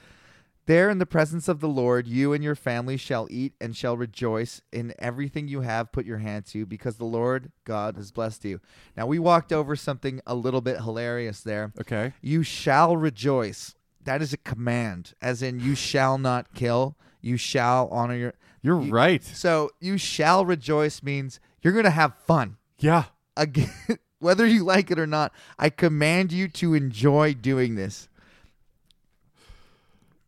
Speaker 1: There, in the presence of the Lord, you and your family shall eat and shall rejoice in everything you have put your hand to, because the Lord God has blessed you. Now, we walked over something a little bit hilarious there.
Speaker 2: Okay.
Speaker 1: You shall rejoice. That is a command, as in, you shall not kill. You shall honor your.
Speaker 2: You're
Speaker 1: You-
Speaker 2: right.
Speaker 1: So you shall rejoice means you're going to have fun.
Speaker 2: Yeah.
Speaker 1: Again, whether you like it or not, I command you to enjoy doing this.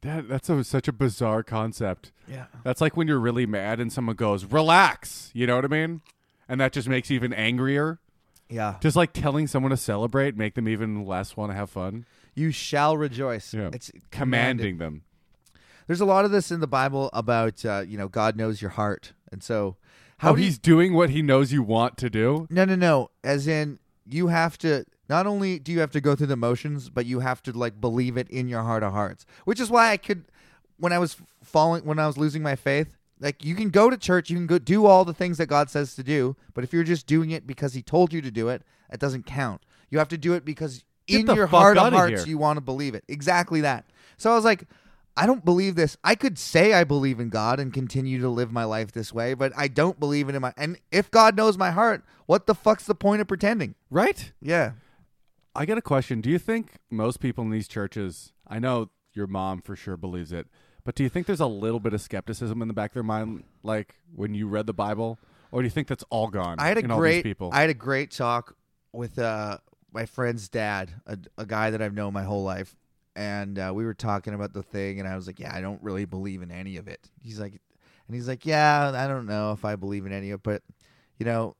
Speaker 2: That, that's a, such a bizarre concept.
Speaker 1: Yeah.
Speaker 2: That's like when you're really mad and someone goes, relax. You know what I mean? And that just makes you even angrier.
Speaker 1: Yeah.
Speaker 2: Just like telling someone to celebrate, make them even less want to have fun.
Speaker 1: You shall rejoice.
Speaker 2: Yeah.
Speaker 1: It's commanded.
Speaker 2: Commanding them.
Speaker 1: There's a lot of this in the Bible about, uh, you know, God knows your heart. And so how
Speaker 2: oh,
Speaker 1: do you-
Speaker 2: he's doing what he knows you want to do.
Speaker 1: No, no, no. As in, you have to. Not only do you have to go through the motions, but you have to like believe it in your heart of hearts. Which is why I could, when I was falling, when I was losing my faith, like you can go to church, you can go do all the things that God says to do, but if you're just doing it because He told you to do it, it doesn't count. You have to do it because
Speaker 2: Get
Speaker 1: in
Speaker 2: the
Speaker 1: your
Speaker 2: fuck
Speaker 1: heart of
Speaker 2: outta
Speaker 1: hearts
Speaker 2: here.
Speaker 1: you want to believe it. Exactly that. So I was like. I don't believe this. I could say I believe in God and continue to live my life this way, but I don't believe it in my. And if God knows my heart, what the fuck's the point of pretending?
Speaker 2: Right?
Speaker 1: Yeah.
Speaker 2: I got a question. Do you think most people in these churches, I know your mom for sure believes it, but do you think there's a little bit of skepticism in the back of their mind, like when you read the Bible? Or do you think that's all gone?
Speaker 1: I had a
Speaker 2: in all these
Speaker 1: great.
Speaker 2: people.
Speaker 1: I had a great talk with uh, my friend's dad, a, a guy that I've known my whole life, and uh, we were talking about the thing, and I was like, "Yeah, I don't really believe in any of it." He's like, and he's like, "Yeah, I don't know if I believe in any of it, but you know,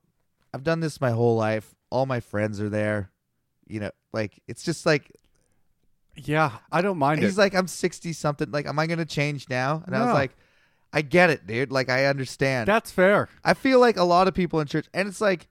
Speaker 1: I've done this my whole life. All my friends are there." You know, like it's just like
Speaker 2: yeah, I don't mind
Speaker 1: he's
Speaker 2: it.
Speaker 1: like, I'm sixty something. Like, am I gonna change now? And I was
Speaker 2: No.
Speaker 1: like, I get it, dude. Like, I understand.
Speaker 2: that's fair.
Speaker 1: I feel like a lot of people in church, and it's like,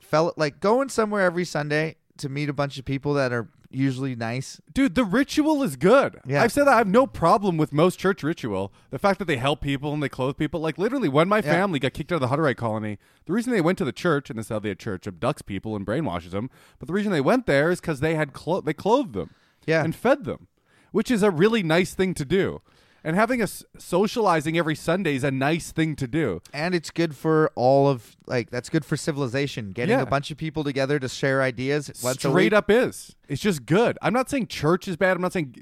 Speaker 1: fell like going somewhere every Sunday to meet a bunch of people that are usually nice.
Speaker 2: Dude, the ritual is good.
Speaker 1: Yeah.
Speaker 2: I've said that I have no problem with most church ritual. The fact that they help people and they clothe people. Like literally when my family got kicked out of the Hutterite colony, the reason they went to the church, and this is how the church abducts people and brainwashes them, but the reason they went there is because they had clo- they clothed them.
Speaker 1: Yeah.
Speaker 2: And fed them, which is a really nice thing to do. And having a s- socializing every Sunday is a nice thing to do.
Speaker 1: And it's good for all of like that's good for civilization. Getting
Speaker 2: Yeah.
Speaker 1: a bunch of people together to share ideas once a
Speaker 2: Straight
Speaker 1: week.
Speaker 2: up is. It's just good. I'm not saying church is bad. I'm not saying,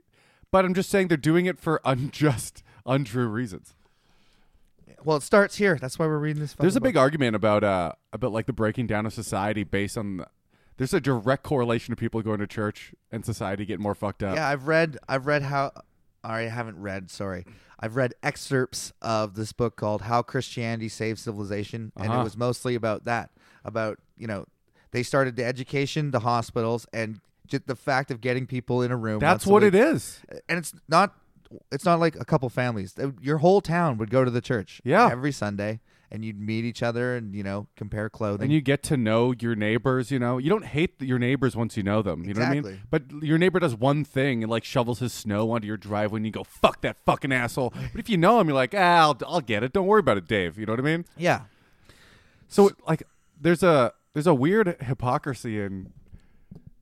Speaker 2: but I'm just saying they're doing it for unjust, untrue reasons.
Speaker 1: Well, it starts here. That's why we're reading this.
Speaker 2: There's a
Speaker 1: fucking
Speaker 2: big
Speaker 1: book.
Speaker 2: argument about uh about like the breaking down of society based on the, there's a direct correlation of people going to church and society getting more fucked up.
Speaker 1: Yeah, I've read. I've read how. I haven't read. Sorry, I've read excerpts of this book called "How Christianity Saved Civilization," and it
Speaker 2: Uh-huh.
Speaker 1: was mostly about that. About you know, they started the education, the hospitals, and ju- the fact of getting people in a room.
Speaker 2: That's what it is.
Speaker 1: is, and it's not. It's not like a couple families. Uh, Your whole town would go to the church.
Speaker 2: Yeah.
Speaker 1: every Sunday, and you'd meet each other and you know compare clothing.
Speaker 2: And you get to know your neighbors, you know. You don't hate your neighbors once you know them, you know what I mean?
Speaker 1: Exactly.
Speaker 2: But your neighbor does one thing and like shovels his snow onto your driveway and you go, "Fuck that fucking asshole." But if you know him, you're like, "Ah, I'll, I'll get it. Don't worry about it, Dave." You know what I mean?
Speaker 1: yeah,
Speaker 2: So like there's a there's a weird hypocrisy in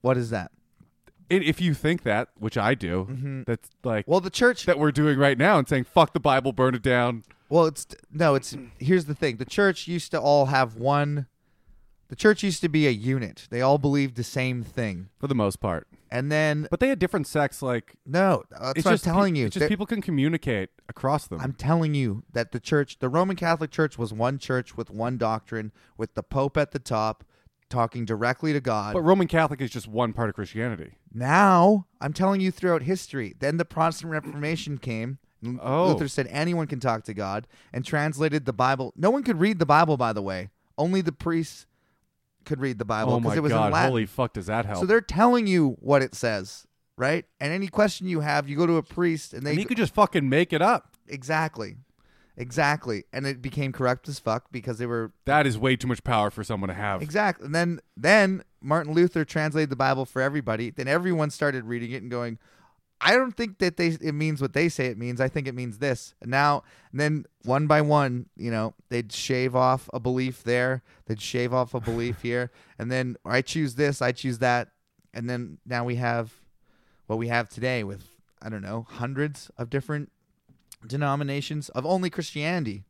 Speaker 1: what is that?
Speaker 2: And if you think that, which I do, that's like
Speaker 1: Mm-hmm. Well, the church.
Speaker 2: that we're doing right now and saying fuck the Bible, burn it down.
Speaker 1: Well, it's no. It's here's the thing. The church used to all have one. The church used to be a unit. They all believed the same thing,
Speaker 2: for the most part.
Speaker 1: and then
Speaker 2: But they had different sects. Like
Speaker 1: no. That's what
Speaker 2: it's
Speaker 1: I'm
Speaker 2: just pe-
Speaker 1: telling you.
Speaker 2: It's
Speaker 1: There-
Speaker 2: just people can communicate across them.
Speaker 1: I'm telling you that the church, the Roman Catholic Church, was one church with one doctrine, with the Pope at the top, talking directly to God.
Speaker 2: but Roman Catholic is just one part of Christianity.
Speaker 1: now, I'm telling you throughout history, then the Protestant Reformation came. and
Speaker 2: Oh.
Speaker 1: Luther said anyone can talk to God and translated the Bible. No one could read the Bible, by the way. Only the priests could read the Bible
Speaker 2: oh
Speaker 1: because
Speaker 2: my
Speaker 1: it was
Speaker 2: god!
Speaker 1: in Latin.
Speaker 2: Holy fuck! Does that help?
Speaker 1: so they're telling you what it says, right? And any question you have, you go to a priest and they
Speaker 2: and he could just fucking make it up.
Speaker 1: Exactly. Exactly. And it became corrupt as fuck because they were
Speaker 2: That is way too much power for someone to have.
Speaker 1: exactly. And then then Martin Luther translated the Bible for everybody. Then everyone started reading it and going, I don't think that they it means what they say it means. I think it means this. And now and then one by one, you know, they'd shave off a belief there, they'd shave off a belief here, and then I choose this, I choose that. And then now we have what we have today with I don't know, hundreds of different denominations of only Christianity.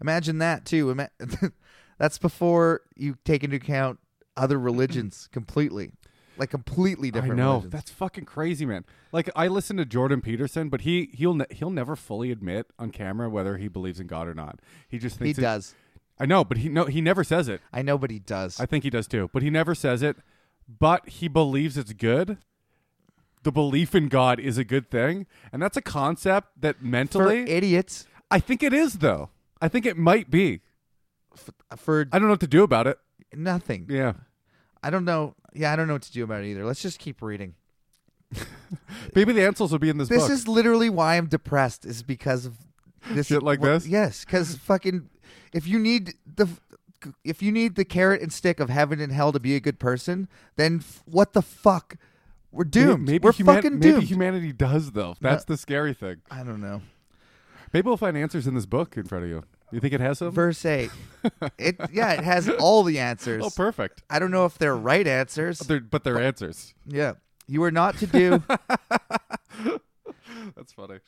Speaker 1: Imagine that too. Ima- That's before you take into account other religions completely, like completely different.
Speaker 2: I know
Speaker 1: religions.
Speaker 2: that's fucking crazy, man. Like I listen to Jordan Peterson, but he he'll ne- he'll never fully admit on camera whether he believes in God or not. He just
Speaker 1: he
Speaker 2: thinks it-
Speaker 1: does.
Speaker 2: I know, but he no he never says it.
Speaker 1: I know, but he does.
Speaker 2: I think he does too, but he never says it. But he believes it's good. The belief in God is a good thing, and that's a concept that
Speaker 1: for
Speaker 2: mentally
Speaker 1: idiots,
Speaker 2: I think it is though. I think it might be.
Speaker 1: for
Speaker 2: I don't know what to do about it.
Speaker 1: nothing.
Speaker 2: Yeah.
Speaker 1: I don't know. Yeah, I don't know what to do about it either. Let's just keep reading.
Speaker 2: Maybe the answers will be in this,
Speaker 1: This
Speaker 2: book.
Speaker 1: is literally why I'm depressed. Is because of this
Speaker 2: Shit like
Speaker 1: wha-
Speaker 2: this?
Speaker 1: Yes, because fucking if you need the if you need the carrot and stick of heaven and hell to be a good person, then f- what the fuck? We're doomed.
Speaker 2: Maybe,
Speaker 1: We're
Speaker 2: human-
Speaker 1: fucking
Speaker 2: maybe
Speaker 1: doomed.
Speaker 2: humanity does though. That's the scary thing.
Speaker 1: I don't know.
Speaker 2: Maybe we'll find answers in this book in front of you. You think it has some?
Speaker 1: Verse eight. it yeah, it has all the answers.
Speaker 2: Um, oh, perfect.
Speaker 1: I don't know if they're right answers.
Speaker 2: They're, but they're answers.
Speaker 1: yeah, you are not to do.
Speaker 2: That's funny.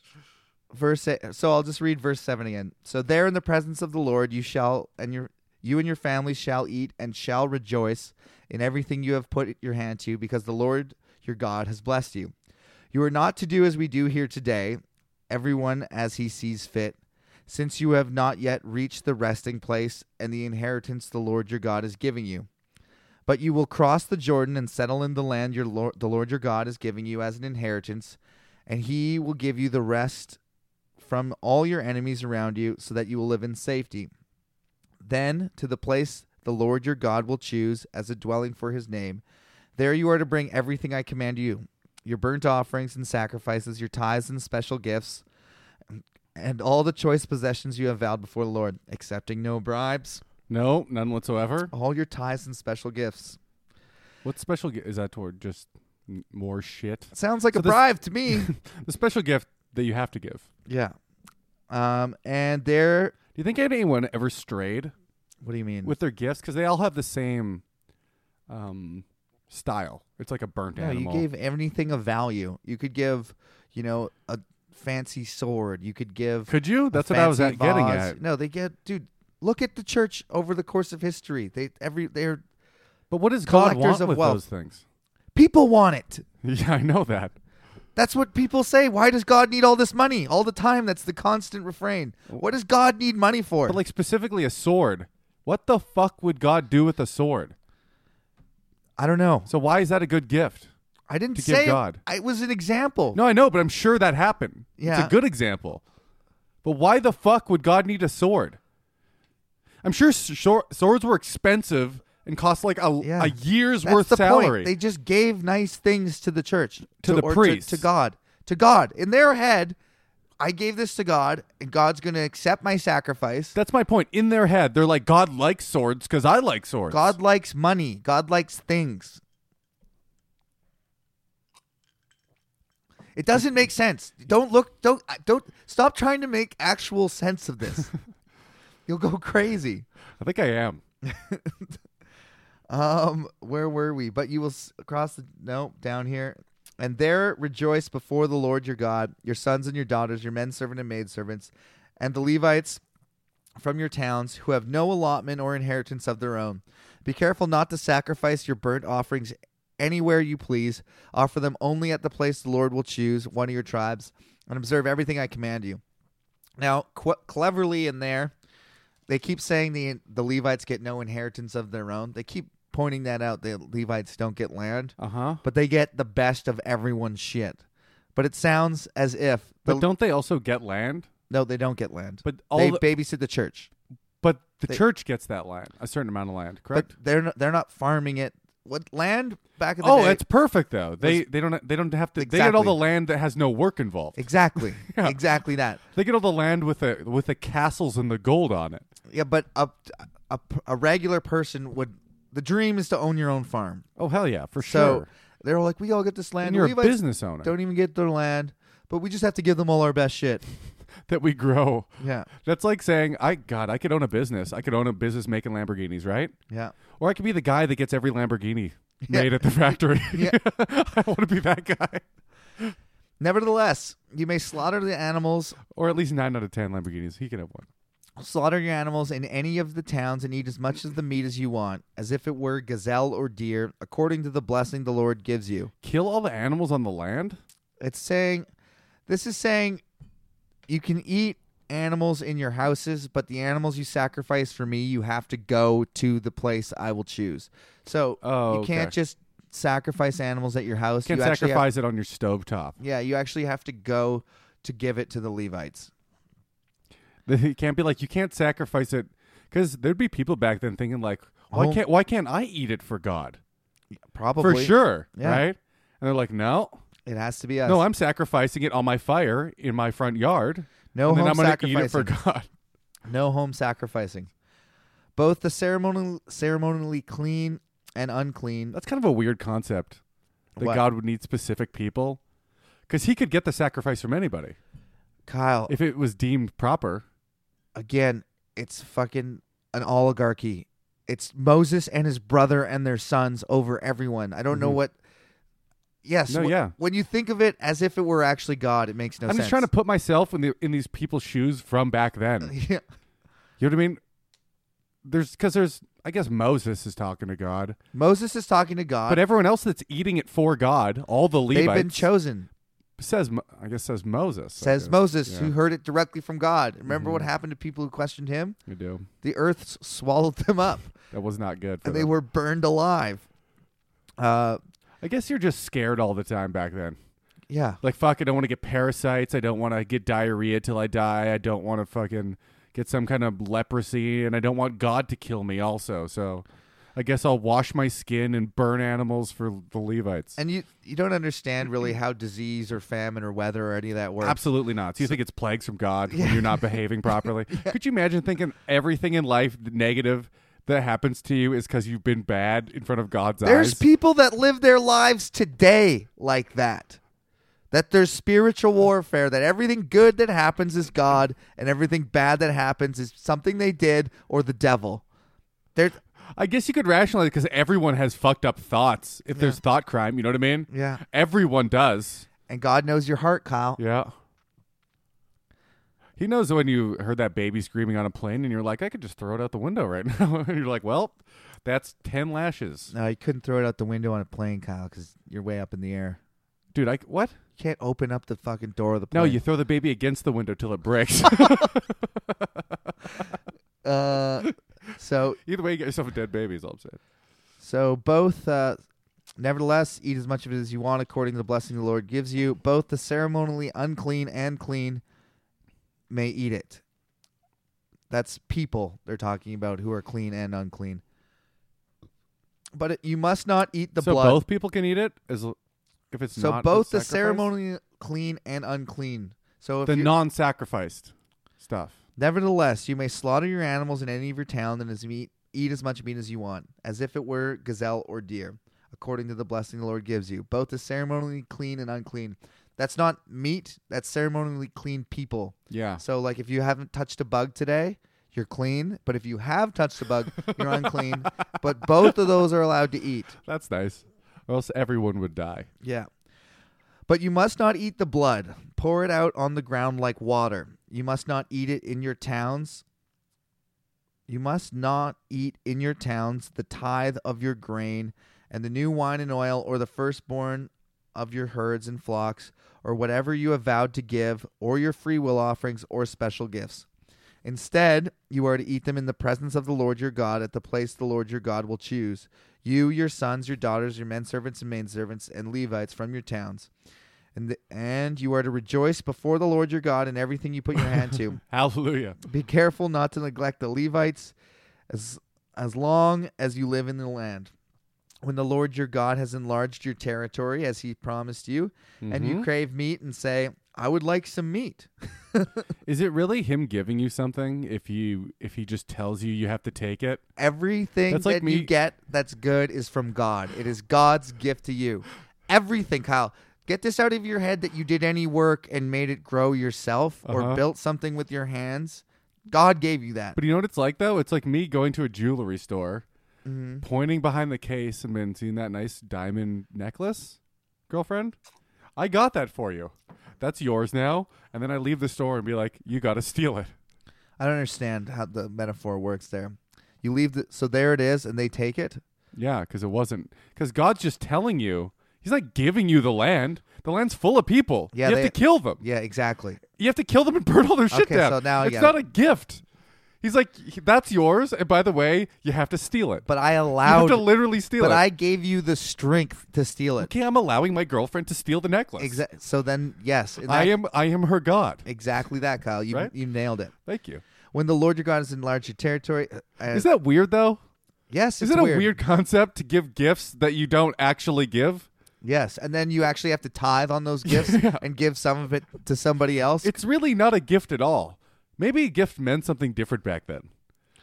Speaker 1: verse eight, so I'll just read verse 7 again. So there in the presence of the Lord you shall and your you and your family shall eat and shall rejoice in everything you have put your hand to because the Lord your God has blessed you. You are not to do as we do here today, everyone as he sees fit, since you have not yet reached the resting place and the inheritance the Lord your God is giving you. But you will cross the Jordan and settle in the land your Lord, the Lord your God is giving you as an inheritance, and he will give you the rest from all your enemies around you so that you will live in safety. Then to the place the Lord your God will choose as a dwelling for his name. There you are to bring everything I command you your burnt offerings and sacrifices, your tithes and special gifts, and all the choice possessions you have vowed before the Lord, accepting no bribes,
Speaker 2: No, none whatsoever.
Speaker 1: all your tithes and special gifts.
Speaker 2: What special gift is that toward? Just m- more shit.
Speaker 1: Sounds like
Speaker 2: So
Speaker 1: a
Speaker 2: this-
Speaker 1: bribe to me.
Speaker 2: The special gift that you have to give.
Speaker 1: yeah. Um, and there.
Speaker 2: Do you think anyone ever strayed
Speaker 1: What do you mean?
Speaker 2: with their gifts? Because they all have the same um, style. It's like a burnt
Speaker 1: No,
Speaker 2: animal.
Speaker 1: you gave anything of value. You could give, you know, a fancy sword. You could give.
Speaker 2: Could you?
Speaker 1: a
Speaker 2: That's what I was
Speaker 1: fancy
Speaker 2: at, getting
Speaker 1: vase.
Speaker 2: at.
Speaker 1: No, they get, dude. Look at the church over the course of history. They every they're
Speaker 2: But what does God
Speaker 1: Collectors
Speaker 2: want
Speaker 1: of
Speaker 2: with
Speaker 1: wealth.
Speaker 2: those things?
Speaker 1: people want it.
Speaker 2: Yeah, I know that.
Speaker 1: That's what people say. Why does God need all this money all the time? That's the constant refrain. What does God need money for?
Speaker 2: But like specifically a sword. What the fuck would God do with a sword?
Speaker 1: I don't know.
Speaker 2: So why is that a good gift?
Speaker 1: I didn't
Speaker 2: to give
Speaker 1: say
Speaker 2: God.
Speaker 1: It was an example.
Speaker 2: No, I know, but I'm sure that happened. It's
Speaker 1: Yeah.
Speaker 2: a good example. But why the fuck would God need a sword? I'm sure s- shor- swords were expensive and cost like a,
Speaker 1: Yeah.
Speaker 2: a year's
Speaker 1: That's
Speaker 2: worth
Speaker 1: the
Speaker 2: salary.
Speaker 1: Point. They just gave nice things to the church,
Speaker 2: To the
Speaker 1: or
Speaker 2: priests.
Speaker 1: to, God, to God. In their head, I gave this to God, and God's going to accept my sacrifice.
Speaker 2: That's my point. In their head, they're like, God likes swords because I like swords.
Speaker 1: God likes money. God likes things. It doesn't make sense. Don't look. Don't I- don't stop trying to make actual sense of this. You'll go crazy.
Speaker 2: I think I am.
Speaker 1: Um, where were we? But you will s- cross the no down here. And there rejoice before the Lord your God, your sons and your daughters, your men servant and maid servants, and the Levites from your towns who have no allotment or inheritance of their own. Be careful not to sacrifice your burnt offerings anywhere you please. Offer them only at the place the Lord will choose, one of your tribes, and observe everything I command you. Now, qu- cleverly in there, they keep saying the the Levites get no inheritance of their own. They keep pointing that out. The Levites don't get land,
Speaker 2: Uh huh.
Speaker 1: but they get the best of everyone's shit. But it sounds as if the,
Speaker 2: But don't they also get land?
Speaker 1: no, they don't get land.
Speaker 2: But all
Speaker 1: they
Speaker 2: the-
Speaker 1: babysit the church.
Speaker 2: But the
Speaker 1: They-
Speaker 2: church gets that land, a certain amount of land, correct?
Speaker 1: But they're not, they're not farming it. What land back in the
Speaker 2: oh,
Speaker 1: day?
Speaker 2: that's perfect though. They they don't they don't have to. They get all
Speaker 1: Exactly.
Speaker 2: the land that has no work involved.
Speaker 1: exactly
Speaker 2: Yeah.
Speaker 1: exactly that.
Speaker 2: They get all the land with the with the castles and the gold on it.
Speaker 1: Yeah, but a, a a regular person would. The dream is to own your own farm.
Speaker 2: Oh hell yeah, for
Speaker 1: So
Speaker 2: sure.
Speaker 1: they're like, we all get this land.
Speaker 2: And you're a
Speaker 1: Levites
Speaker 2: business owner
Speaker 1: don't even get their land, but we just have to give them all our best shit.
Speaker 2: that we grow.
Speaker 1: Yeah,
Speaker 2: That's like saying, I God, I could own a business. I could own a business making Lamborghinis, right?
Speaker 1: yeah.
Speaker 2: Or I could be the guy that gets every Lamborghini made at the factory.
Speaker 1: Yeah.
Speaker 2: I want to be that guy.
Speaker 1: Nevertheless, you may slaughter the animals,
Speaker 2: Or at least nine out of ten Lamborghinis. He can have one.
Speaker 1: slaughter your animals in any of the towns, and eat as much of the meat as you want, as if it were gazelle or deer, according to the blessing the Lord gives you.
Speaker 2: Kill all the animals on the land?
Speaker 1: It's saying, this is saying, you can eat animals in your houses, but the animals you sacrifice for me, you have to go to the place I will choose. So
Speaker 2: Oh,
Speaker 1: you can't
Speaker 2: okay.
Speaker 1: just sacrifice animals at your house.
Speaker 2: Can't
Speaker 1: you actually have-
Speaker 2: sacrifice it on your stovetop.
Speaker 1: yeah, you actually have to go to give it to the Levites.
Speaker 2: It can't be like you can't sacrifice it because there'd be people back then thinking like, why
Speaker 1: Oh.
Speaker 2: can't why can't I eat it for God
Speaker 1: Probably
Speaker 2: for sure,
Speaker 1: Yeah.
Speaker 2: right? And they're like, no,
Speaker 1: It has to be us.
Speaker 2: no, I'm sacrificing it on my fire in my front yard,
Speaker 1: No
Speaker 2: and then
Speaker 1: home
Speaker 2: I'm gonna eat it for
Speaker 1: sacrificing.
Speaker 2: God.
Speaker 1: No home sacrificing. Both the ceremonial, ceremonially clean and unclean.
Speaker 2: That's kind of a weird concept that
Speaker 1: What?
Speaker 2: God would need specific people because He could get the sacrifice from anybody
Speaker 1: Kyle,
Speaker 2: if it was deemed proper.
Speaker 1: again, it's fucking an oligarchy. It's Moses and his brother and their sons over everyone. I don't know
Speaker 2: Mhm.
Speaker 1: what. Yes.
Speaker 2: No,
Speaker 1: wh-
Speaker 2: yeah.
Speaker 1: When you think of it as if it were actually God, it makes no
Speaker 2: I'm
Speaker 1: sense. Uh,
Speaker 2: just trying to put myself in the in these people's shoes from back then.
Speaker 1: yeah.
Speaker 2: You know what I mean? There's because there's I guess Moses is talking to God.
Speaker 1: Moses is talking to God.
Speaker 2: But everyone else that's eating it for God, all the
Speaker 1: They've
Speaker 2: Levites,
Speaker 1: been chosen.
Speaker 2: says Mo- I guess says Moses. I
Speaker 1: says
Speaker 2: guess.
Speaker 1: Moses,
Speaker 2: Yeah,
Speaker 1: who heard it directly from God. Remember what
Speaker 2: Mhm.
Speaker 1: happened to people who questioned him?
Speaker 2: you do.
Speaker 1: The earth s- swallowed them up,
Speaker 2: That was not good. For
Speaker 1: and they
Speaker 2: them.
Speaker 1: were burned alive. Uh,
Speaker 2: I guess you're just scared all the time back then.
Speaker 1: yeah,
Speaker 2: Like fuck, I don't want to get parasites. I don't want to get diarrhea till I die. I don't want to fucking get some kind of leprosy, and I don't want God to kill me also. So. I guess I'll wash my skin and burn animals for the Levites.
Speaker 1: and you you don't understand really how disease or famine or weather or any of that works.
Speaker 2: Absolutely not. So you think it's plagues from God when you're not behaving properly? Could you imagine thinking everything in life negative that happens to you is because you've been bad in front of God's
Speaker 1: There's
Speaker 2: eyes?
Speaker 1: people that live their lives today like that. That there's spiritual warfare, that everything good that happens is God, and everything bad that happens is something they did or the devil. There,
Speaker 2: I guess you could rationalize because everyone has fucked up thoughts. If there's thought crime, you know what I mean?
Speaker 1: Yeah.
Speaker 2: Everyone does.
Speaker 1: and God knows your heart, Kyle.
Speaker 2: Yeah. He knows when you heard that baby screaming on a plane and you're like, I could just throw it out the window right now. and you're like, well, that's 10 lashes.
Speaker 1: No, you couldn't throw it out the window on a plane, Kyle, because you're way up in the air.
Speaker 2: Dude, I, what?
Speaker 1: You can't open up the fucking door of the plane.
Speaker 2: No, you throw the baby against the window till it breaks.
Speaker 1: Uh, so
Speaker 2: Either way, you get yourself a dead baby, is all I'm saying.
Speaker 1: So both, uh, nevertheless, eat as much of it as you want according to the blessing the Lord gives you. Both the ceremonially unclean and clean may eat it. That's people they're talking about who are clean and unclean. But it, you must not eat the
Speaker 2: so
Speaker 1: blood.
Speaker 2: both people can eat it as l- if it's
Speaker 1: so
Speaker 2: not a
Speaker 1: both the
Speaker 2: sacrifice?
Speaker 1: ceremonially clean and unclean. So if
Speaker 2: the
Speaker 1: you-
Speaker 2: non-sacrificed stuff.
Speaker 1: Nevertheless, you may slaughter your animals in any of your town and as meat, eat as much meat as you want, as if it were gazelle or deer, according to the blessing the Lord gives you. Both is ceremonially clean and unclean. That's not meat. That's ceremonially clean people.
Speaker 2: Yeah.
Speaker 1: So, like, if you haven't touched a bug today, you're clean. But if you have touched a bug, you're unclean. But both of those are allowed to eat.
Speaker 2: That's nice. Or else everyone would die.
Speaker 1: Yeah. But you must not eat the blood. Pour it out on the ground like water. You must not eat it in your towns. You must not eat in your towns the tithe of your grain and the new wine and oil or the firstborn of your herds and flocks or whatever you have vowed to give or your free will offerings or special gifts. Instead, you are to eat them in the presence of the Lord your God at the place the Lord your God will choose. You, your sons, your daughters, your men servants and maidservants, and Levites from your towns. And, the, and you are to rejoice before the Lord your God in everything you put your hand to.
Speaker 2: Hallelujah.
Speaker 1: Be careful not to neglect the Levites as as long as you live in the land. When the Lord your God has enlarged your territory as he promised you, and you crave meat and say, I would like some meat.
Speaker 2: Is it really him giving you something if you if he just tells you you have to take it?
Speaker 1: Everything
Speaker 2: That's like
Speaker 1: that you
Speaker 2: me-
Speaker 1: get that's good is from God. It is God's gift to you. Everything, Kyle. Get this out of your head that you did any work and made it grow yourself or
Speaker 2: Uh-huh.
Speaker 1: built something with your hands. God gave you that.
Speaker 2: But you know what it's like though? It's like me going to a jewelry store,
Speaker 1: Mm-hmm.
Speaker 2: pointing behind the case and then seeing that nice diamond necklace, girlfriend. I got that for you. That's yours now. And then I leave the store and be like, "You got to steal it."
Speaker 1: I don't understand how the metaphor works there. You leave the so there it is, and they take it.
Speaker 2: Yeah, because it wasn't. Because God's just telling you. He's not giving you the land. The land's full of people.
Speaker 1: Yeah,
Speaker 2: you
Speaker 1: they-
Speaker 2: have to kill them.
Speaker 1: Yeah, exactly.
Speaker 2: You have to kill them and burn all their shit
Speaker 1: Okay,
Speaker 2: down.
Speaker 1: so now I
Speaker 2: it's
Speaker 1: get
Speaker 2: not
Speaker 1: it.
Speaker 2: a gift. He's like, "He- that's yours. And by the way, you have to steal it.
Speaker 1: But I
Speaker 2: you have
Speaker 1: allowed.
Speaker 2: to literally steal
Speaker 1: but
Speaker 2: it.
Speaker 1: I gave you the strength to steal it.
Speaker 2: okay, I'm allowing my girlfriend to steal the necklace.
Speaker 1: Exactly. So then, yes, in
Speaker 2: I
Speaker 1: that-
Speaker 2: am. I am her god.
Speaker 1: exactly that, Kyle. You
Speaker 2: Right?
Speaker 1: you nailed it.
Speaker 2: Thank you.
Speaker 1: When the Lord your God has enlarged your territory, uh,
Speaker 2: Is that weird though?
Speaker 1: yes?
Speaker 2: Is
Speaker 1: it's
Speaker 2: it a weird. concept to give gifts that you don't actually give?
Speaker 1: Yes, and then you actually have to tithe on those gifts
Speaker 2: Yeah.
Speaker 1: and give some of it to somebody else.
Speaker 2: It's really not a gift at all. Maybe a gift meant something different back then.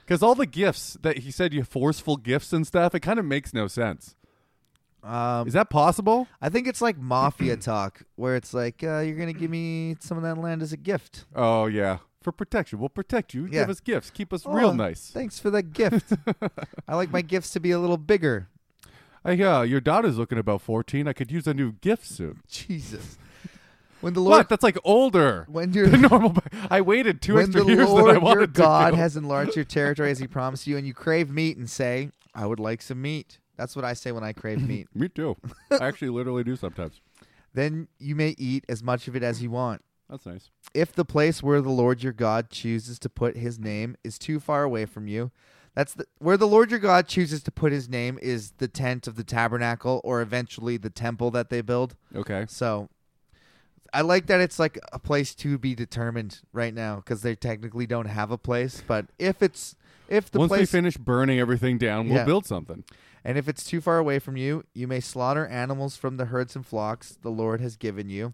Speaker 2: Because all the gifts that he said, you forceful gifts and stuff, it kind of makes no sense.
Speaker 1: um,
Speaker 2: Is that possible?
Speaker 1: I think it's like mafia talk, where it's like uh, you're gonna give me some of that land as a gift.
Speaker 2: Oh yeah, for protection. We'll protect you.
Speaker 1: Yeah.
Speaker 2: Give us gifts. Keep us real
Speaker 1: Oh,
Speaker 2: nice.
Speaker 1: Thanks for that gift. I like my gifts to be a little bigger.
Speaker 2: Hey, uh, your daughter's looking about fourteen. I could use a new gift soon.
Speaker 1: Jesus. When the
Speaker 2: What?
Speaker 1: Lord,
Speaker 2: That's like older.
Speaker 1: when
Speaker 2: The
Speaker 1: your
Speaker 2: normal. I waited two
Speaker 1: when
Speaker 2: extra
Speaker 1: the
Speaker 2: years than I
Speaker 1: Lord
Speaker 2: wanted
Speaker 1: your
Speaker 2: to
Speaker 1: God
Speaker 2: do.
Speaker 1: has enlarged your territory as He promised you, and you crave meat and say, "I would like some meat." That's what I say when I crave meat.
Speaker 2: Me too. I actually literally do sometimes.
Speaker 1: Then you may eat as much of it as you want.
Speaker 2: That's nice.
Speaker 1: if the place where the Lord your God chooses to put his name is too far away from you, that's the, where the Lord your God chooses to put his name is the tent of the tabernacle or eventually the temple that they build.
Speaker 2: Okay.
Speaker 1: So I like that it's like a place to be determined right now because they technically don't have a place. But if it's if the
Speaker 2: Once we
Speaker 1: place
Speaker 2: finish burning everything down, we'll
Speaker 1: Yeah.
Speaker 2: build something.
Speaker 1: and if it's too far away from you, you may slaughter animals from the herds and flocks the Lord has given you,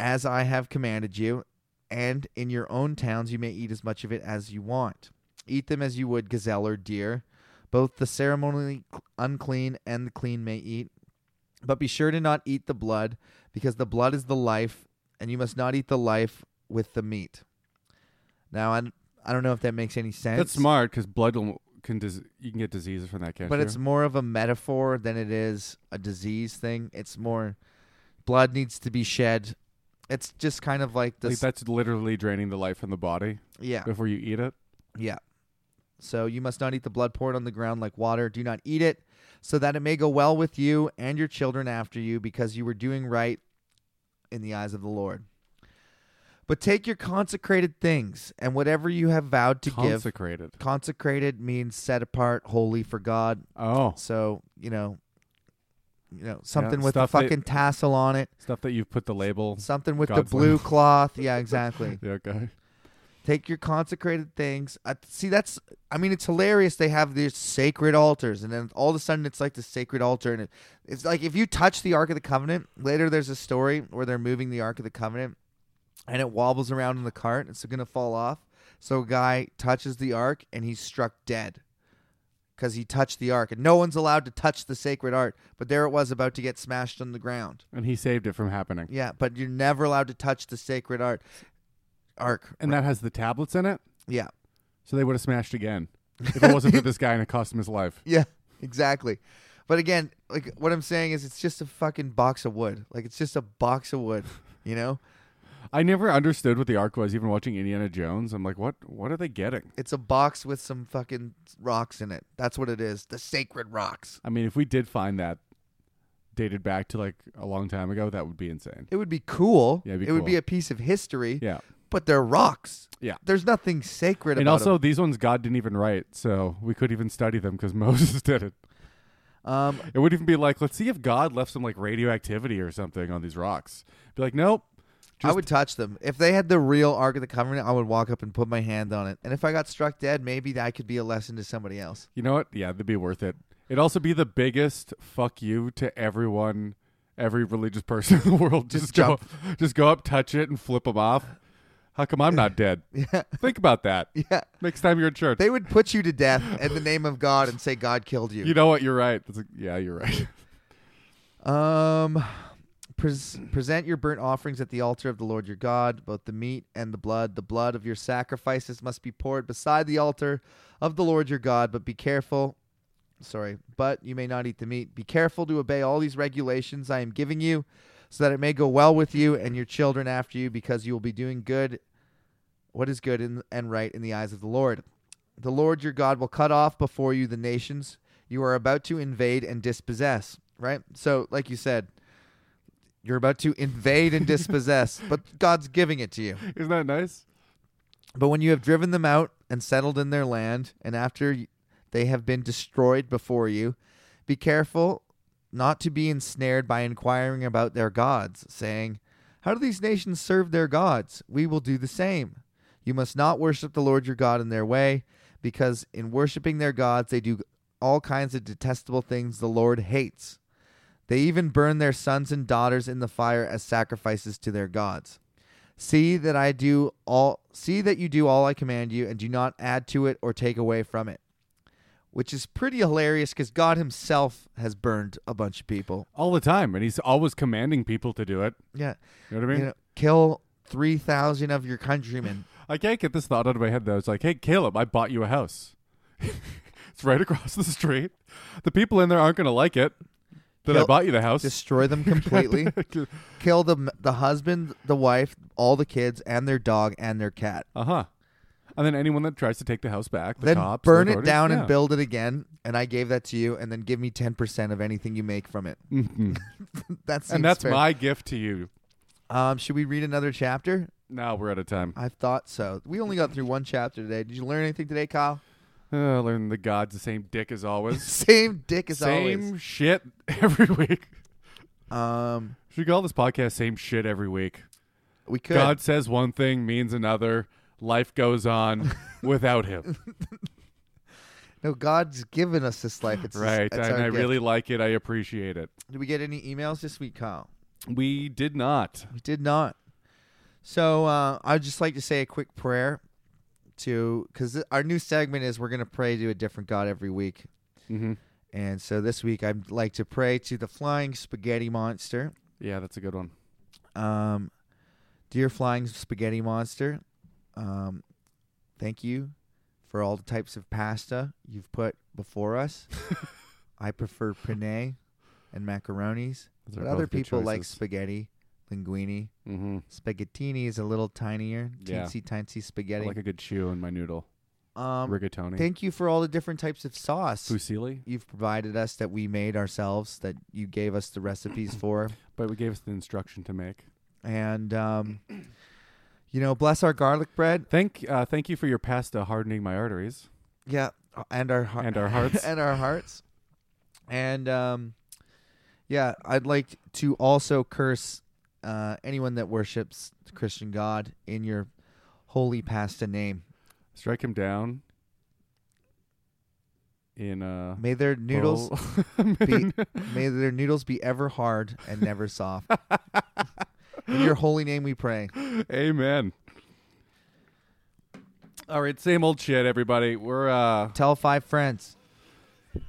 Speaker 1: as I have commanded you. And in your own towns, you may eat as much of it as you want. Eat them as you would gazelle or deer. Both the ceremonially unclean and the clean may eat. But be sure to not eat the blood, because the blood is the life, and you must not eat the life with the meat. Now, I, I don't know if that makes any sense.
Speaker 2: That's smart because blood will- can dis- you can get diseases from that. Can't
Speaker 1: But
Speaker 2: you?
Speaker 1: it's more of a metaphor than it is a disease thing. It's more blood needs to be shed. It's just kind of like
Speaker 2: like
Speaker 1: this.
Speaker 2: that's literally draining the life from the body
Speaker 1: yeah,
Speaker 2: before you eat it.
Speaker 1: yeah. So you must not eat the blood poured on the ground like water. Do not eat it, so that it may go well with you and your children after you, because you were doing right in the eyes of the Lord. But take your consecrated things and whatever you have vowed to give.
Speaker 2: Consecrated.
Speaker 1: Consecrated means set apart, holy for God.
Speaker 2: Oh,
Speaker 1: So you know, you know something with a
Speaker 2: stuff that-
Speaker 1: fucking tassel on it,
Speaker 2: stuff that you've put the label.
Speaker 1: something with the
Speaker 2: God's
Speaker 1: blue
Speaker 2: love.
Speaker 1: cloth. Yeah, exactly.
Speaker 2: Yeah, okay.
Speaker 1: Take your consecrated things. I, see, that's. I mean, it's hilarious. They have these sacred altars, and then all of a sudden, it's like the sacred altar, and it, it's like if you touch the Ark of the Covenant. Later, there's a story where they're moving the Ark of the Covenant, and it wobbles around in the cart. It's gonna fall off. So a guy touches the Ark, and he's struck dead. Because he touched the ark, and no one's allowed to touch the sacred ark. But there it was, about to get smashed on the ground.
Speaker 2: And he saved it from happening.
Speaker 1: Yeah, but you're never allowed to touch the sacred ark. Ark.
Speaker 2: And that has the tablets in it,
Speaker 1: Yeah.
Speaker 2: so they would have smashed again if it wasn't for this guy and it cost him his life.
Speaker 1: Yeah, exactly. But again, like what I'm saying is, it's just a fucking box of wood. Like it's just a box of wood. You know,
Speaker 2: I never understood what the arc was, even watching Indiana Jones. I'm like, what? What are they getting?
Speaker 1: it's a box with some fucking rocks in it. That's what it is. The sacred rocks.
Speaker 2: I mean, if we did find that dated back to like a long time ago, that would be insane.
Speaker 1: It would be cool.
Speaker 2: Yeah, it'd be
Speaker 1: it would be
Speaker 2: cool.
Speaker 1: a piece of history.
Speaker 2: Yeah,
Speaker 1: But they're rocks.
Speaker 2: Yeah.
Speaker 1: There's nothing sacred
Speaker 2: and
Speaker 1: about
Speaker 2: also these ones God didn't even write, so we could even study them because Moses did it.
Speaker 1: them. Um,
Speaker 2: It would even be like, let's see if God left some like radioactivity or something on these rocks. Be like, nope.
Speaker 1: I
Speaker 2: Just-
Speaker 1: would touch them. If they had the real Ark of the Covenant, I would walk up and put my hand on it. And if I got struck dead, maybe that could be a lesson to somebody else.
Speaker 2: You know what? Yeah, that'd be worth it. It'd also be the biggest fuck you to everyone, every religious person in the world.
Speaker 1: Just
Speaker 2: Just, go, just go up, touch it, and flip them off. How come I'm not dead?
Speaker 1: Yeah.
Speaker 2: Think about that.
Speaker 1: Yeah.
Speaker 2: Next time you're in church,
Speaker 1: They would put you to death in the name of God and say God killed you.
Speaker 2: you know what? You're right. That's a, yeah, you're right.
Speaker 1: Um, pres- present your burnt offerings at the altar of the Lord your God, both the meat and the blood. The blood of your sacrifices must be poured beside the altar of the Lord your God, but be careful. Sorry, but you may not eat the meat. Be careful to obey all these regulations I am giving you, so that it may go well with you and your children after you, because you will be doing good, what is good in, and right in the eyes of the Lord. The Lord your God will cut off before you the nations you are about to invade and dispossess. Right? So, like you said, you're about to invade and dispossess, but God's giving it to you.
Speaker 2: Isn't that nice?
Speaker 1: But when you have driven them out and settled in their land, and after y- they have been destroyed before you, be careful not to be ensnared by inquiring about their gods, saying, How do these nations serve their gods? We will do the same. You must not worship the Lord your God in their way, because in worshiping their gods, they do all kinds of detestable things the Lord hates. They even burn their sons and daughters in the fire as sacrifices to their gods. See that I do all see that you do all I command you and do not add to it or take away from it. Which is pretty hilarious cuz God himself has burned a bunch of people.
Speaker 2: All the time, and he's always commanding people to do it.
Speaker 1: Yeah.
Speaker 2: You know what I mean?
Speaker 1: You know, kill 3000 of your countrymen.
Speaker 2: I can't get this thought out of my head though. It's like, hey, Caleb, I bought you a house. it's right across the street. The people in there aren't going to like it that I
Speaker 1: Cal-
Speaker 2: bought you the house.
Speaker 1: Destroy them completely. kill the m- the husband, the wife, all the kids and their dog and their cat.
Speaker 2: uh huh. And then anyone that tries to take the house back, the
Speaker 1: then
Speaker 2: cops, the
Speaker 1: burn it
Speaker 2: authorities-
Speaker 1: down
Speaker 2: yeah.
Speaker 1: and build it again and I gave that to you and then give me 10% of anything you make from it.
Speaker 2: Mhm.
Speaker 1: that seems
Speaker 2: and that's
Speaker 1: fair.
Speaker 2: my gift to you.
Speaker 1: Um should we read another chapter?
Speaker 2: Now we're out of time.
Speaker 1: I thought so. We only got through one chapter today. Did you learn anything today, Kyle?
Speaker 2: Uh, learn the god's the same dick as always.
Speaker 1: Same dick as
Speaker 2: same shit every week.
Speaker 1: always. Um,
Speaker 2: Should we call this podcast "Same Shit Every Week"?
Speaker 1: we could.
Speaker 2: God says one thing, means another. Life goes on without him.
Speaker 1: No, God's given us this life. It's
Speaker 2: Right,
Speaker 1: It's
Speaker 2: and
Speaker 1: our
Speaker 2: I
Speaker 1: gift.
Speaker 2: really like it. I appreciate it.
Speaker 1: Did we get any emails this week, Kyle?
Speaker 2: We did not.
Speaker 1: We did not. So uh, I'd just like to say a quick prayer to because our new segment is we're gonna pray to a different God every week,
Speaker 2: Mm-hmm.
Speaker 1: and so this week I'd like to pray to the flying spaghetti monster.
Speaker 2: Yeah, that's a good one.
Speaker 1: Um, dear flying spaghetti monster, um, thank you for all the types of pasta you've put before us. I prefer penne and macaronis,
Speaker 2: Those are
Speaker 1: but other
Speaker 2: both good
Speaker 1: people like
Speaker 2: choices.
Speaker 1: spaghetti, linguine.
Speaker 2: Mm-hmm.
Speaker 1: Spaghettini is a little tinier,
Speaker 2: Yeah.
Speaker 1: teensy tiny
Speaker 2: I
Speaker 1: spaghetti.
Speaker 2: like a good chew in my noodle.
Speaker 1: um,
Speaker 2: Rigatoni,
Speaker 1: thank you for all the different types of sauce.
Speaker 2: fusilli,
Speaker 1: You've provided us that we made ourselves, that you gave us the recipes for.
Speaker 2: but we gave us the instruction to make.
Speaker 1: And, um, you know, bless our garlic bread.
Speaker 2: Thank, uh, thank you for your pasta hardening my arteries.
Speaker 1: Yeah, uh, and our heart-
Speaker 2: And our hearts.
Speaker 1: and our hearts. And um, yeah, I'd like to also curse uh, anyone that worships the Christian God in your holy pasta name.
Speaker 2: Strike him down. In uh,
Speaker 1: May their noodles
Speaker 2: bowl-
Speaker 1: be may their noodles be ever hard and never soft. in your holy name we pray.
Speaker 2: Amen. All right, same old shit, everybody. We're uh,
Speaker 1: Tell five friends.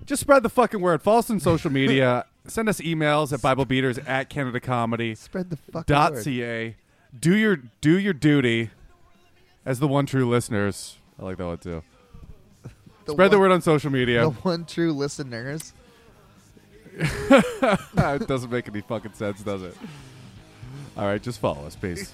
Speaker 2: just spread the fucking word. Follow us on social media. Send us emails at BibleBeaters at CanadaComedy.ca.
Speaker 1: Spread the fucking word.
Speaker 2: Do your do your duty as the one true listeners. I like that one too.
Speaker 1: The
Speaker 2: Spread the
Speaker 1: one-
Speaker 2: word on social media.
Speaker 1: The one true listeners.
Speaker 2: it doesn't make any fucking sense, does it? All right, just follow us. Peace.